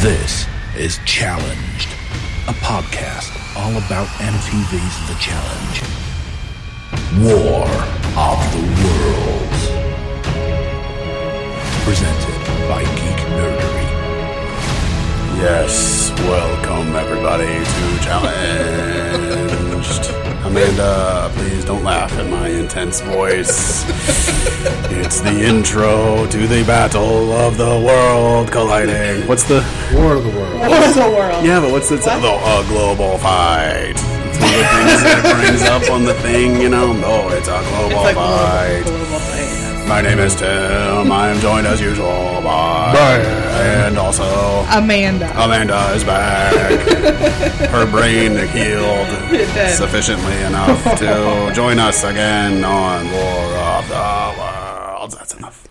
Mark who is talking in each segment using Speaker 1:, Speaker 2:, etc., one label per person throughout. Speaker 1: This is Challenged, a podcast all about MTV's The Challenge. War of the Worlds. Presented by Geek Nerdery.
Speaker 2: Yes, welcome everybody to Challenged. Amanda, please don't laugh at my intense voice. It's the intro to the Battle of the World Colliding. What's the.
Speaker 3: War of the World.
Speaker 4: War of the world.
Speaker 2: Yeah, but what's the. T- the a global fight. It's one of the things that brings up on the thing, you know? No, it's a global
Speaker 4: It's like
Speaker 2: fight.
Speaker 4: global, global fight.
Speaker 2: My name is Tim. I'm joined as usual by. And also.
Speaker 4: Amanda.
Speaker 2: Amanda is back. Her brain healed
Speaker 4: It did.
Speaker 2: sufficiently enough to join us again on War of the Worlds. That's enough.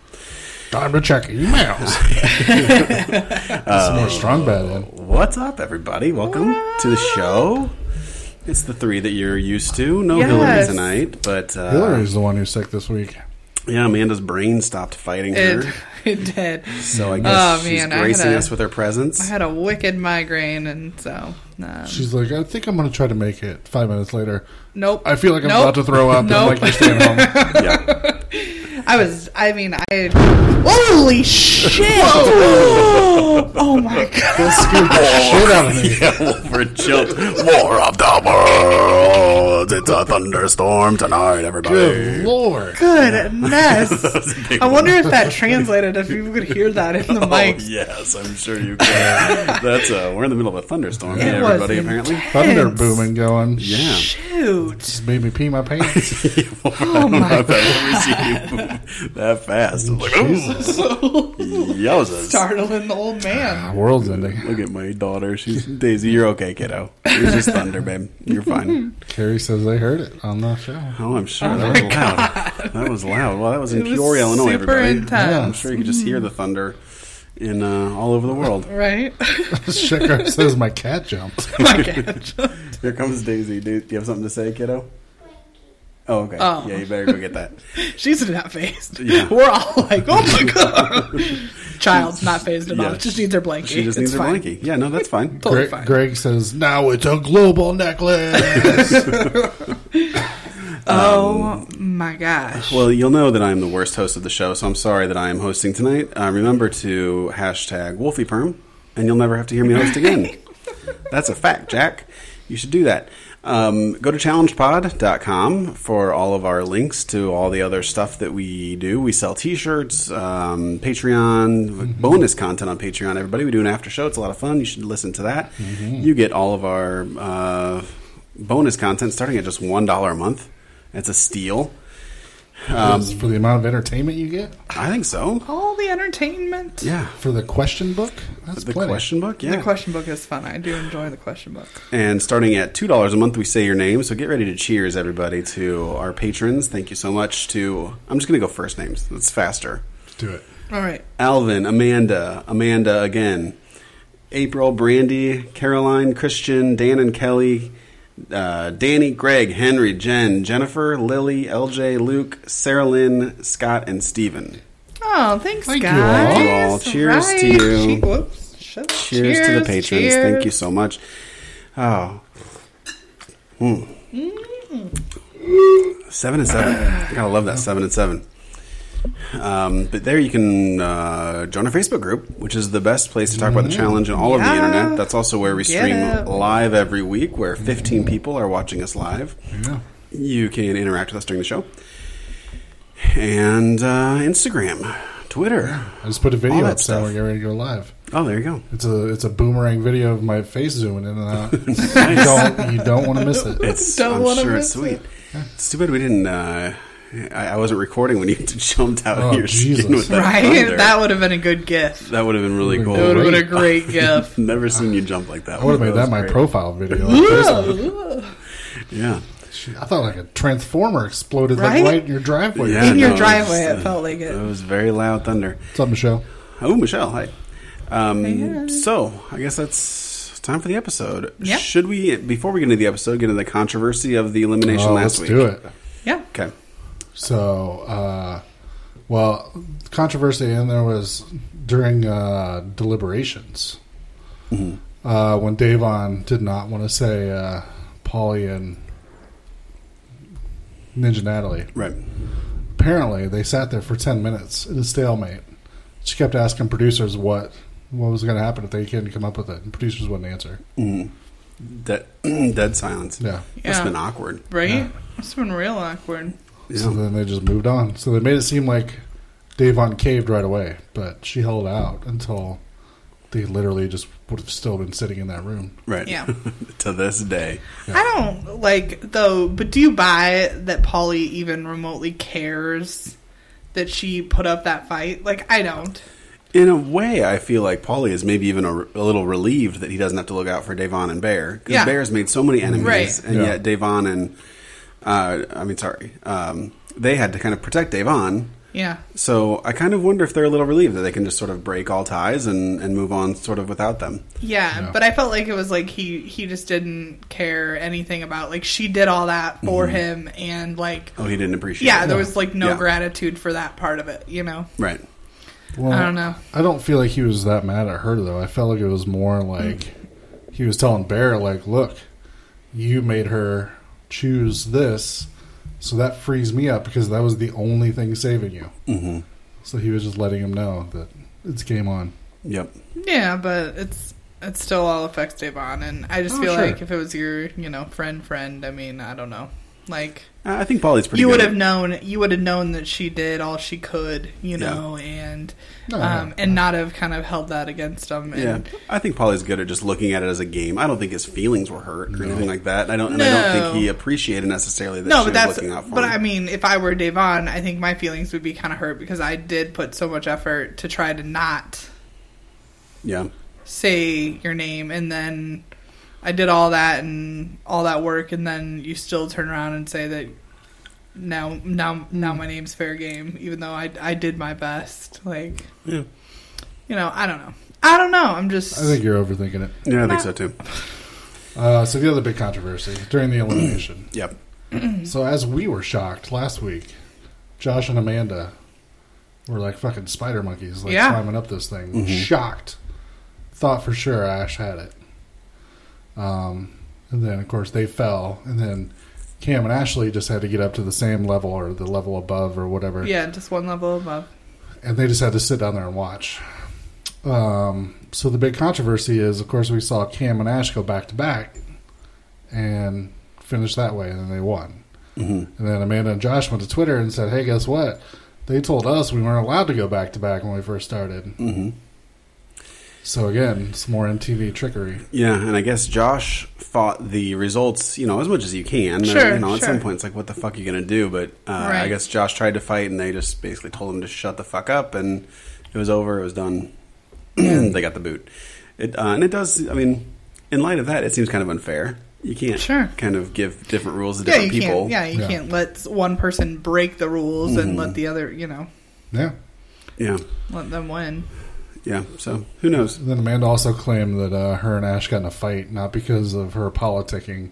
Speaker 3: Time to check emails. Some
Speaker 2: Um,
Speaker 3: more strong by then.
Speaker 2: What's up, everybody? Welcome to the show. It's the three that you're used to. No Hillary
Speaker 4: Yes.
Speaker 2: tonight, but uh,
Speaker 3: Hillary's the one who's sick this week.
Speaker 2: yeah, Amanda's brain stopped fighting
Speaker 4: It,
Speaker 2: her,
Speaker 4: it did.
Speaker 2: so I guess
Speaker 4: Oh,
Speaker 2: she's
Speaker 4: man, I
Speaker 2: gracing
Speaker 4: had a-
Speaker 2: us with her
Speaker 4: I
Speaker 2: presence.
Speaker 4: had a wicked migraine, and so um,
Speaker 3: She's like, I think I'm going to try to make it. Five minutes later,
Speaker 4: nope.
Speaker 3: I feel like I'm
Speaker 4: Nope.
Speaker 3: about to throw up.
Speaker 4: Nope.
Speaker 3: I'm like, you're staying home.
Speaker 2: yeah,
Speaker 4: I was. I mean, I. Holy shit! oh, my god!
Speaker 3: Shit out of me.
Speaker 2: Over chilled. War of the Worlds. It's a thunderstorm tonight, everybody.
Speaker 3: Good lord.
Speaker 4: Goodness.
Speaker 2: That's a big
Speaker 4: I
Speaker 2: one.
Speaker 4: wonder if that translated. If people could hear that in
Speaker 3: Oh,
Speaker 4: the mics.
Speaker 2: Oh, yes, I'm sure you can. That's uh, we're in the middle of a thunderstorm,
Speaker 4: It
Speaker 2: yeah,
Speaker 4: was
Speaker 2: everybody. Apparently,
Speaker 3: Thunder
Speaker 4: intense.
Speaker 3: booming going.
Speaker 2: yeah.
Speaker 4: Shoot.
Speaker 3: Made me pee my pants.
Speaker 4: Oh,
Speaker 2: I don't know if I've ever seen you move that fast. I'm like, Jesus. Yowzas.
Speaker 4: Startling the old man.
Speaker 3: World's ending.
Speaker 2: Look at my daughter. She's Daisy. You're okay, kiddo. It was just thunder, babe. You're fine.
Speaker 3: Carrie says they heard it on the show.
Speaker 2: Oh, I'm sure that was loud. That was loud. Well, that was in
Speaker 4: It was
Speaker 2: Peoria, Illinois.
Speaker 4: super
Speaker 2: everybody.
Speaker 4: intense. Mm-hmm.
Speaker 2: I'm sure you could just hear the thunder in uh, all over the world.
Speaker 4: Right?
Speaker 3: Shekhar says my cat jumped.
Speaker 4: my god.
Speaker 2: Here comes Daisy. Do, do you have something to say, kiddo? Oh, okay.
Speaker 4: Oh.
Speaker 2: Yeah, you better go get that.
Speaker 4: She's not phased.
Speaker 2: Yeah.
Speaker 4: We're all like, oh my god. Child's not phased at
Speaker 2: Yeah,
Speaker 4: all. Just needs her blankie.
Speaker 2: She just
Speaker 4: It's
Speaker 2: needs her
Speaker 4: fine.
Speaker 2: blankie. Yeah, no, that's fine.
Speaker 4: Totally
Speaker 3: Greg,
Speaker 4: fine.
Speaker 3: Greg says now it's a global necklace.
Speaker 4: Oh my gosh.
Speaker 2: Um, Well, you'll know that I'm the worst host of the show, so I'm sorry that I am hosting tonight. Uh, remember to hashtag WolfiePerm, and you'll never have to hear me host again. That's a fact, Jack. You should do that. Um, go to challengepod.com for all of our links to all the other stuff that we do. We sell t shirts, um, Patreon, bonus content on Patreon, everybody. We do an after show. It's a lot of fun. You should listen to that. You get all of our uh, bonus content starting at just $1 a month. It's a steal.
Speaker 3: Is
Speaker 2: Um,
Speaker 3: for the amount of entertainment you get
Speaker 2: I think so.
Speaker 4: all the entertainment.
Speaker 2: Yeah.
Speaker 3: for the question book, that's
Speaker 2: The
Speaker 3: plenty.
Speaker 2: question book, yeah.
Speaker 4: The question book is fun. I do enjoy the question book.
Speaker 2: and starting at two dollars a month, we say your name. So get ready to cheers, everybody, to our patrons. Thank you so much to. I'm just gonna go first names. That's faster.
Speaker 3: Do it.
Speaker 4: All right.
Speaker 2: Alvin, Amanda, Amanda again, April, Brandy, Caroline, Christian, Dan, and Kelly. Uh, Danny, Greg, Henry, Jen, Jennifer, Lily, LJ, Luke, Sarah Lynn, Scott, and Steven.
Speaker 4: Oh, thanks,
Speaker 3: Thank you
Speaker 4: guys.
Speaker 3: all.
Speaker 2: Well, cheers to
Speaker 4: Right.
Speaker 2: you.
Speaker 4: Che- whoops. Shit.
Speaker 2: Cheers, to the patrons. Thank you
Speaker 4: cheers.
Speaker 2: so much. Oh. Mm. Seven and seven. I gotta love that seven and seven. Um, but there you can uh, join our Facebook group, which is the best place to talk about the challenge and all
Speaker 4: Mm-hmm. Yeah.
Speaker 2: over the internet. That's also where we
Speaker 4: Get
Speaker 2: stream
Speaker 4: it.
Speaker 2: live every week, where 15 people are watching us live.
Speaker 3: Yeah.
Speaker 2: You can interact with us during the show. And uh, Instagram, Twitter.
Speaker 3: I just put a
Speaker 2: All
Speaker 3: video
Speaker 2: that
Speaker 3: up so
Speaker 2: stuff.
Speaker 3: we're getting ready to go live.
Speaker 2: Oh, there you go.
Speaker 3: It's a it's a boomerang video of my face zooming in and out. you don't you don't want to miss it.
Speaker 2: It's,
Speaker 4: Don't
Speaker 2: I'm
Speaker 4: wanna
Speaker 2: sure it's
Speaker 4: miss
Speaker 2: sweet.
Speaker 4: it.
Speaker 2: It's too bad we didn't. Uh, I, I wasn't recording when you jumped out
Speaker 3: Oh,
Speaker 2: of your skin
Speaker 3: Jesus.
Speaker 2: with that
Speaker 4: Right?
Speaker 2: thunder.
Speaker 4: That would have been a good gift.
Speaker 2: that would have been really cool.
Speaker 3: That
Speaker 4: That would have been a
Speaker 3: Great.
Speaker 4: great gift.
Speaker 2: Never seen you jump like that.
Speaker 3: I would have made that
Speaker 2: was
Speaker 3: my
Speaker 2: great.
Speaker 3: profile video. on Facebook.
Speaker 2: Yeah,
Speaker 3: I thought like a transformer exploded
Speaker 4: Right?
Speaker 3: like right in your driveway.
Speaker 2: Yeah.
Speaker 4: In your
Speaker 2: no, it's,
Speaker 4: driveway, it
Speaker 2: uh,
Speaker 4: felt like it.
Speaker 2: that was very loud thunder.
Speaker 3: What's up, Michelle?
Speaker 2: Oh, Michelle, hi. Um, So I guess that's time for the episode.
Speaker 4: Yeah.
Speaker 2: Should we, before we get into the episode, get into the controversy of the
Speaker 3: Uh,
Speaker 2: elimination
Speaker 3: Oh,
Speaker 2: last
Speaker 3: let's
Speaker 2: week?
Speaker 3: do it.
Speaker 4: Yeah.
Speaker 2: Okay.
Speaker 3: So, uh, well, controversy in there was during uh, deliberations
Speaker 2: Mm-hmm.
Speaker 3: uh, when Davon did not want to say uh, Polly and Ninja Natalie.
Speaker 2: Right.
Speaker 3: Apparently, they sat there for ten minutes in a stalemate. She kept asking producers what what was going to happen if they couldn't come up with it, and producers wouldn't answer.
Speaker 2: Mm-hmm. Dead, dead silence.
Speaker 3: Yeah.
Speaker 2: Must
Speaker 4: Yeah.
Speaker 2: have been awkward.
Speaker 4: Right? That's been real awkward.
Speaker 2: Yeah.
Speaker 3: So then they just moved on. So they made it seem like Davon caved right away, but she held out until they literally just would have still been sitting in that room.
Speaker 2: Right.
Speaker 4: Yeah.
Speaker 2: to this day.
Speaker 4: I don't like though, but do you buy that Polly even remotely cares that she put up that fight? Like I don't.
Speaker 2: In a way, I feel like Polly is maybe even a, a little relieved that he doesn't have to look out for Davon and Bear because
Speaker 4: Yeah.
Speaker 2: Bear's made so many enemies,
Speaker 4: Right.
Speaker 2: and
Speaker 3: Yeah.
Speaker 2: yet Davon and uh, I mean, sorry, um, they had to kind of protect Davon.
Speaker 4: Yeah.
Speaker 2: So I kind of wonder if they're a little relieved that they can just sort of break all ties and, and move on sort of without them.
Speaker 4: Yeah,
Speaker 3: Yeah.
Speaker 4: but I felt like it was like he he just didn't care anything about like she did all that for him and like
Speaker 2: Oh, he didn't appreciate.
Speaker 4: yeah,
Speaker 2: it.
Speaker 4: there was like no
Speaker 2: Yeah.
Speaker 4: gratitude for that part of it, you know.
Speaker 2: right.
Speaker 3: Well,
Speaker 4: I don't know.
Speaker 3: I don't feel like he was that mad at her though. I felt like it was more
Speaker 4: Hmm.
Speaker 3: like he was telling Bear, like, "Look, you made her choose this, so that frees me up because that was the only thing saving you." Mm-hmm. So he was just letting him know that it's game on.
Speaker 2: Yep.
Speaker 4: Yeah, but it's it still all affects Devon and I just
Speaker 3: Oh,
Speaker 4: feel
Speaker 3: sure.
Speaker 4: like if it was your, you know, friend friend, I mean, I don't know. Like
Speaker 2: I I think Polly's pretty.
Speaker 4: you
Speaker 2: good
Speaker 4: would
Speaker 2: at-
Speaker 4: have known you would have known that she did all she could you know and
Speaker 3: No, no,
Speaker 4: um,
Speaker 3: no.
Speaker 4: and not have kind of held that against them and
Speaker 2: Yeah, I think Polly's good at just looking at it as a game. I don't think his feelings were hurt or anything like that. I don't, and I don't
Speaker 4: No.
Speaker 2: think he appreciated necessarily that
Speaker 4: no
Speaker 2: she was
Speaker 4: but that's
Speaker 2: looking out for
Speaker 4: but
Speaker 2: him.
Speaker 4: i mean if i were devon i think my feelings would be kind of hurt because i did put so much effort to try to not
Speaker 2: yeah,
Speaker 4: say your name and then i did all that and all that work and then you still turn around and say that now now now
Speaker 3: Hmm.
Speaker 4: my name's fair game even though i i did my best like
Speaker 2: Yeah.
Speaker 4: you know i don't know i don't know i'm just
Speaker 3: I think you're overthinking it.
Speaker 2: yeah, I think
Speaker 4: Not-
Speaker 2: so too.
Speaker 3: Uh, so the other big controversy during the elimination.
Speaker 2: Yep.
Speaker 3: So as we were shocked last week, Josh and Amanda were like fucking spider monkeys, like
Speaker 4: Yeah.
Speaker 3: climbing up this thing. Shocked, thought for sure Ash had it. Um, and then of course they fell, and then Cam and Ashley just had to get up to the same level or the level above or whatever,
Speaker 4: Yeah, just one level above.
Speaker 3: and they just had to sit down there and watch. Um, so the big controversy is, of course, we saw Cam and Ash go back to back and finish that way, and then they won.
Speaker 2: Mm-hmm.
Speaker 3: And then Amanda and Josh went to Twitter and said, "Hey, guess what? They told us we weren't allowed to go back to back when we first started."
Speaker 2: Mm-hmm.
Speaker 3: So again, some more MTV trickery.
Speaker 2: Yeah, and I guess Josh fought the results, you know, as much as you can. Uh,
Speaker 4: Sure,
Speaker 2: you know, at
Speaker 4: sure.
Speaker 2: some point it's like, what the fuck are you gonna do? But uh, I
Speaker 4: Right.
Speaker 2: guess Josh tried to fight, and they just basically told him to shut the fuck up, and it was over. It was done. they got the boot. It uh, and it does. I mean, in light of that, it seems kind of unfair. You can't
Speaker 4: Sure.
Speaker 2: kind of give different rules to
Speaker 4: Yeah,
Speaker 2: different
Speaker 4: you
Speaker 2: people.
Speaker 4: can't. Yeah, you
Speaker 3: Yeah.
Speaker 4: can't let one person break the rules and
Speaker 2: Mm-hmm.
Speaker 4: let the other, you know,
Speaker 3: Yeah.
Speaker 2: Yeah,
Speaker 4: let them win.
Speaker 2: yeah. So who knows?
Speaker 3: And then Amanda also claimed that uh, her and Ash got in a fight not because of her politicking,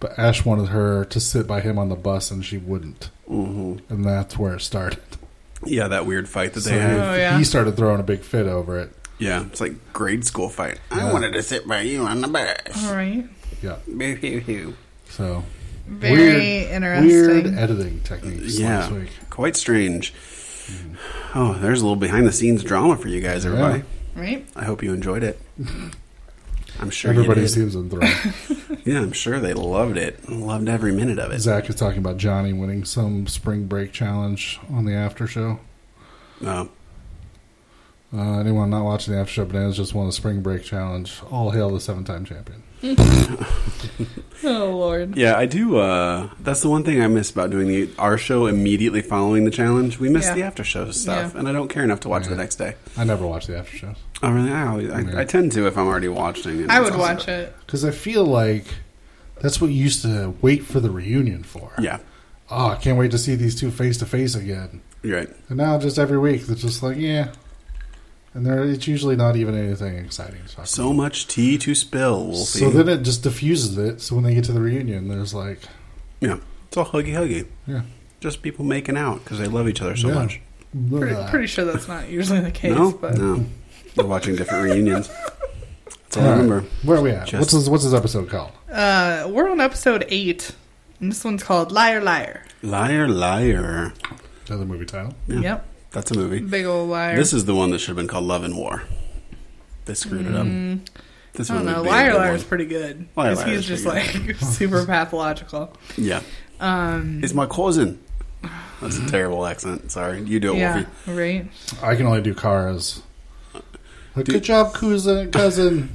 Speaker 3: but Ash wanted her to sit by him on the bus and she wouldn't,
Speaker 2: hmm
Speaker 3: and that's where it started.
Speaker 2: Yeah, that weird fight that
Speaker 3: So
Speaker 2: they had.
Speaker 4: Oh, yeah.
Speaker 3: he started throwing a big fit over it.
Speaker 2: Yeah, it's like grade school fight. I
Speaker 3: Yeah.
Speaker 2: wanted to sit by you on the bus.
Speaker 4: All right.
Speaker 3: Yeah.
Speaker 2: Boo hoo hoo.
Speaker 3: So
Speaker 4: Very
Speaker 3: Weird
Speaker 4: interesting.
Speaker 3: editing techniques
Speaker 2: Yeah,
Speaker 3: last week.
Speaker 2: quite strange.
Speaker 3: Mm-hmm.
Speaker 2: Oh, there's a little behind the scenes drama for you guys, everybody.
Speaker 4: Right?
Speaker 2: I hope you enjoyed it. I'm sure you
Speaker 3: Everybody
Speaker 2: did.
Speaker 3: seems enthralled.
Speaker 2: Yeah, I'm sure they loved it. Loved every minute of it.
Speaker 3: Zach is talking about Johnny winning some spring break challenge on the after show.
Speaker 2: Oh,
Speaker 3: Uh, anyone not watching the after show, Bananas just won the spring break challenge. All hail the seven time champion.
Speaker 4: Oh, Lord.
Speaker 2: yeah, I do. Uh, that's the one thing I miss about doing the our show immediately following the challenge. We miss
Speaker 4: Yeah.
Speaker 2: the after show stuff,
Speaker 4: Yeah.
Speaker 2: and I don't care enough to watch the
Speaker 3: Yeah.
Speaker 2: next day.
Speaker 3: I never watch the after show
Speaker 2: Oh, really? I, always, I,
Speaker 3: Yeah.
Speaker 2: I tend to if I'm already watching. and
Speaker 4: I
Speaker 2: it's
Speaker 4: would
Speaker 2: awesome.
Speaker 4: watch it.
Speaker 3: because I feel like that's what you used to wait for the reunion for.
Speaker 2: Yeah,
Speaker 3: Oh, I can't wait to see these two face to face again.
Speaker 2: you're right.
Speaker 3: And now just every week, it's just like, yeah. And there, it's usually not even anything exciting. To talk
Speaker 2: So
Speaker 3: about.
Speaker 2: much tea to spill, Wolfie.
Speaker 3: So then it just diffuses it. So when they get to the reunion, there's like,
Speaker 2: yeah, it's all huggy huggy.
Speaker 3: yeah.
Speaker 2: Just people making out because they love each other so
Speaker 3: Yeah.
Speaker 2: much.
Speaker 4: Pretty, pretty sure that's not usually the case,
Speaker 2: No,
Speaker 4: but
Speaker 2: no. We're watching different reunions. That's all
Speaker 3: All
Speaker 2: I
Speaker 3: right,
Speaker 2: remember.
Speaker 3: Where are we at?
Speaker 2: Just-
Speaker 3: what's this, what's this episode called?
Speaker 4: uh, we're on episode eight, and this one's called "Liar Liar."
Speaker 2: Liar, liar.
Speaker 3: Another movie title.
Speaker 2: Yeah,
Speaker 4: Yep,
Speaker 2: That's a movie.
Speaker 4: big old liar.
Speaker 2: This is the one that should have been called Love and War. They screwed it up. This
Speaker 4: Mm. I don't
Speaker 2: one
Speaker 4: know.
Speaker 2: would be a
Speaker 4: Liar
Speaker 2: good
Speaker 4: Liar is
Speaker 2: one.
Speaker 4: pretty good.
Speaker 2: Liar
Speaker 4: 'Cause
Speaker 2: Liar
Speaker 4: he's
Speaker 2: is
Speaker 4: just like
Speaker 2: pretty
Speaker 4: super pathological.
Speaker 2: Yeah. Um, it's my cousin. That's a
Speaker 3: Mm.
Speaker 2: terrible accent. Sorry. You do it,
Speaker 4: yeah,
Speaker 2: Wolfie.
Speaker 4: right.
Speaker 3: I can only do cars. Like,
Speaker 2: Dude.
Speaker 3: good job, cousin. cousin.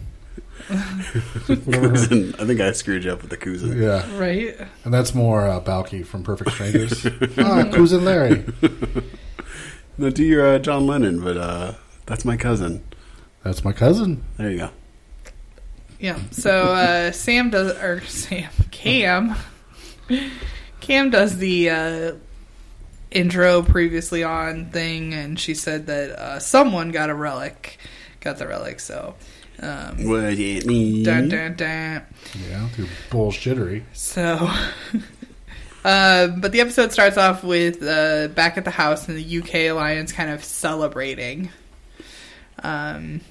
Speaker 3: Whatever her-
Speaker 2: Cousin. I think I screwed you up with the cousin.
Speaker 3: yeah,
Speaker 4: Right.
Speaker 3: and that's more uh, Balky from Perfect Strangers. ah, cousin Larry.
Speaker 2: No, do your uh, John Lennon, but uh, that's my cousin.
Speaker 3: That's my cousin.
Speaker 2: There you go.
Speaker 4: Yeah. So uh, Sam does, or Sam Cam, Cam does the uh, intro previously on thing, and she said that uh, someone got a relic, got the relic. So, um,
Speaker 2: What it mean?
Speaker 4: dun dun dun.
Speaker 3: Yeah, through bullshittery.
Speaker 4: So, uh, but the episode starts off with uh, back at the house and the UK Lions kind of celebrating. Um,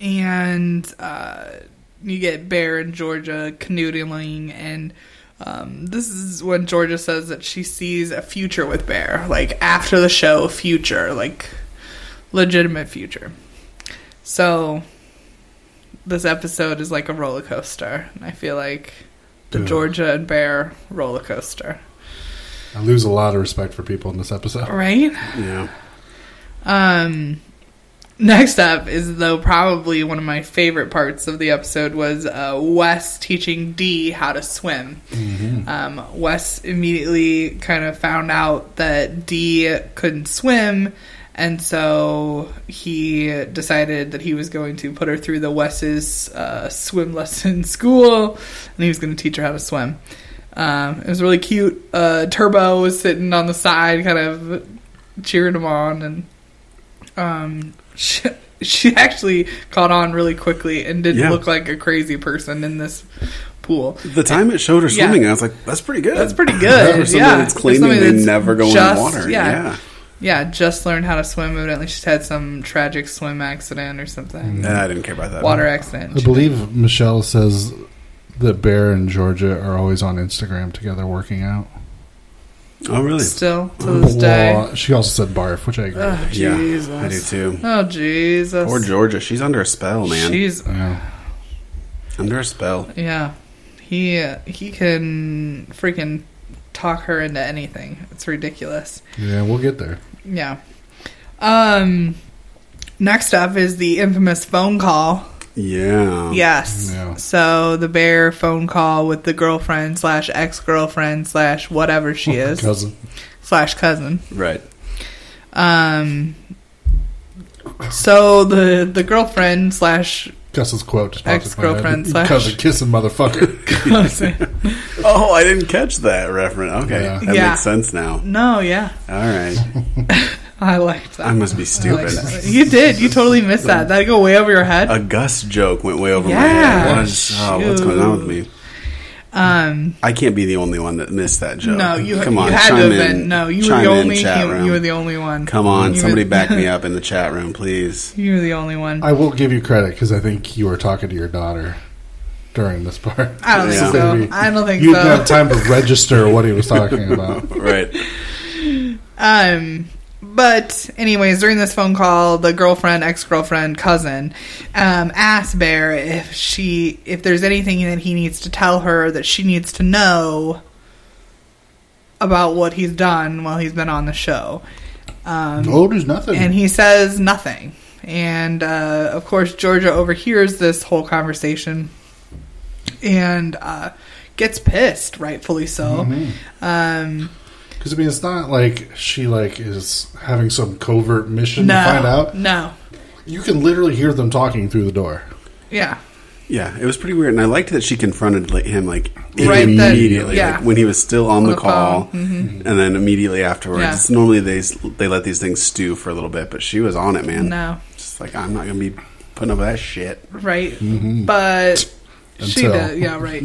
Speaker 4: and uh, you get Bear and Georgia canoodling, and um, this is when Georgia says that she sees a future with Bear, like after the show, future, like legitimate future. So this episode is like a roller coaster, and I feel like the
Speaker 3: Yeah.
Speaker 4: Georgia and Bear roller coaster,
Speaker 3: I lose a lot of respect for people in this episode.
Speaker 4: right?
Speaker 2: Yeah.
Speaker 4: Um, next up is though probably one of my favorite parts of the episode was uh, Wes teaching D how to swim. Um, Wes immediately kind of found out that D couldn't swim. And so he decided that he was going to put her through the Wes's uh, swim lesson school, and he was going to teach her how to swim. Um, it was really cute. Uh, Turbo was sitting on the side, kind of cheering him on, and um, she, she actually caught on really quickly and didn't
Speaker 2: Yeah.
Speaker 4: look like a crazy person in this pool.
Speaker 2: The time it showed her
Speaker 4: Yeah.
Speaker 2: swimming, I was like, that's pretty good.
Speaker 4: That's pretty good.
Speaker 2: For somebody
Speaker 4: yeah,
Speaker 2: that's
Speaker 4: For
Speaker 2: claiming
Speaker 4: somebody
Speaker 2: they
Speaker 4: that's
Speaker 2: never go in
Speaker 4: just-
Speaker 2: the water.
Speaker 4: Yeah,
Speaker 2: Yeah.
Speaker 4: yeah, just learned how to swim. Evidently, she's had some tragic swim accident or something.
Speaker 2: Nah, I didn't care about that.
Speaker 4: Water
Speaker 3: I
Speaker 4: accident.
Speaker 3: believe Michelle says that Bear and Georgia are always on Instagram together working out.
Speaker 2: Oh, really?
Speaker 4: Still to this day.
Speaker 3: Well, she also said barf, which I agree. with.
Speaker 4: Oh,
Speaker 2: Yeah,
Speaker 4: Jesus.
Speaker 2: I do too.
Speaker 4: Oh Jesus.
Speaker 2: Poor Georgia. She's under a spell, man.
Speaker 4: She's
Speaker 3: Yeah.
Speaker 2: under a spell.
Speaker 4: yeah. He uh, he can freaking talk her into anything. It's ridiculous.
Speaker 3: yeah, we'll get there.
Speaker 4: Yeah. Um. Next up is the infamous phone call
Speaker 2: Um, Yeah.
Speaker 4: Yes.
Speaker 3: Yeah.
Speaker 4: So the bear phone call with the girlfriend slash ex girlfriend slash whatever she is
Speaker 3: Cousin.
Speaker 4: slash cousin.
Speaker 2: Right.
Speaker 4: Um. So the the girlfriend slash
Speaker 3: Gus's quote. just popped into my head.
Speaker 4: Ex-girlfriend
Speaker 3: You
Speaker 4: slash-
Speaker 3: Cousin kissing motherfucker.
Speaker 4: cousin.
Speaker 2: Oh, I didn't catch that reference. Okay.
Speaker 3: Yeah.
Speaker 2: That
Speaker 4: Yeah.
Speaker 2: makes sense now.
Speaker 4: no, yeah,
Speaker 2: All right.
Speaker 4: I liked that.
Speaker 2: I must be
Speaker 4: I
Speaker 2: stupid.
Speaker 4: liked that. You did. You totally missed that. That go way over your head.
Speaker 2: A Gus joke went way over my
Speaker 4: Yeah.
Speaker 2: head. What is- oh, what's going on with me?
Speaker 4: Um.
Speaker 2: I can't be the only one that missed that joke.
Speaker 4: No, you
Speaker 2: come on.
Speaker 4: you had to
Speaker 2: chime
Speaker 4: have
Speaker 2: in,
Speaker 4: been. No, you were
Speaker 2: chime
Speaker 4: the
Speaker 2: in,
Speaker 4: only.
Speaker 2: chat
Speaker 4: You,
Speaker 2: room.
Speaker 4: you were the only one.
Speaker 2: Come on,
Speaker 4: You were-
Speaker 2: somebody back me up in the chat room, please.
Speaker 4: You were the only one.
Speaker 3: I will give you credit because I think you were talking to your daughter during this part.
Speaker 4: I don't
Speaker 2: Yeah.
Speaker 4: think
Speaker 3: Maybe
Speaker 4: so. I don't think
Speaker 3: You
Speaker 4: so.
Speaker 3: didn't have time to register what he was talking about.
Speaker 2: Right.
Speaker 4: Um, but anyways, during this phone call, the girlfriend, ex girlfriend, cousin, um, asks Bear if she if there's anything that he needs to tell her that she needs to know about what he's done while he's been on the show. Um,
Speaker 3: Oh, there's nothing.
Speaker 4: and he says nothing. And uh, of course, Georgia overhears this whole conversation and uh, gets pissed, rightfully
Speaker 3: Oh,
Speaker 4: so. Um,
Speaker 3: Because I mean, it's not like she like is having some covert mission
Speaker 4: no,
Speaker 3: to find out.
Speaker 4: no,
Speaker 3: You can literally hear them talking through the door.
Speaker 4: yeah.
Speaker 2: Yeah, it was pretty weird, and I liked that she confronted like, him like
Speaker 4: Right then,
Speaker 2: immediately,
Speaker 4: yeah.
Speaker 2: like when he was still on, the,
Speaker 4: the
Speaker 2: call,
Speaker 4: phone,
Speaker 2: and then immediately afterwards.
Speaker 4: Yeah.
Speaker 2: Normally they s- they let these things stew for a little bit, but she was on it, man.
Speaker 4: No.
Speaker 2: just like I'm not gonna be putting up with that shit.
Speaker 4: right? But she
Speaker 3: Until-
Speaker 4: did, yeah, right.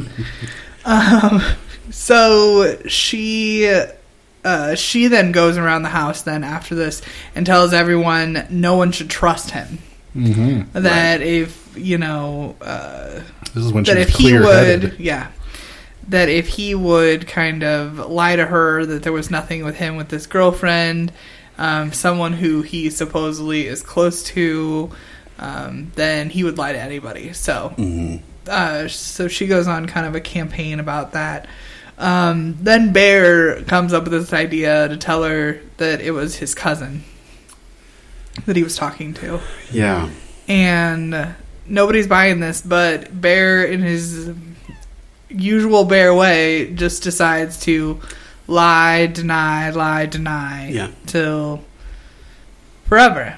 Speaker 4: um, so she uh, she then goes around the house then after this and tells everyone no one should trust him. Mm-hmm. That if you know uh,
Speaker 3: This is when she
Speaker 4: that
Speaker 3: was
Speaker 4: if he
Speaker 3: clear
Speaker 4: would,
Speaker 3: headed.
Speaker 4: yeah, that if he would kind of lie to her that there was nothing with him with this girlfriend, um, someone who he supposedly is close to, um, then he would lie to anybody. So,
Speaker 3: Mm-hmm.
Speaker 4: uh, so she goes on kind of a campaign about that. Um, then Bear comes up with this idea to tell her that it was his cousin that he was talking to
Speaker 2: Yeah.
Speaker 4: and nobody's buying this but bear in his usual bear way just decides to lie deny lie deny
Speaker 2: Yeah.
Speaker 4: till forever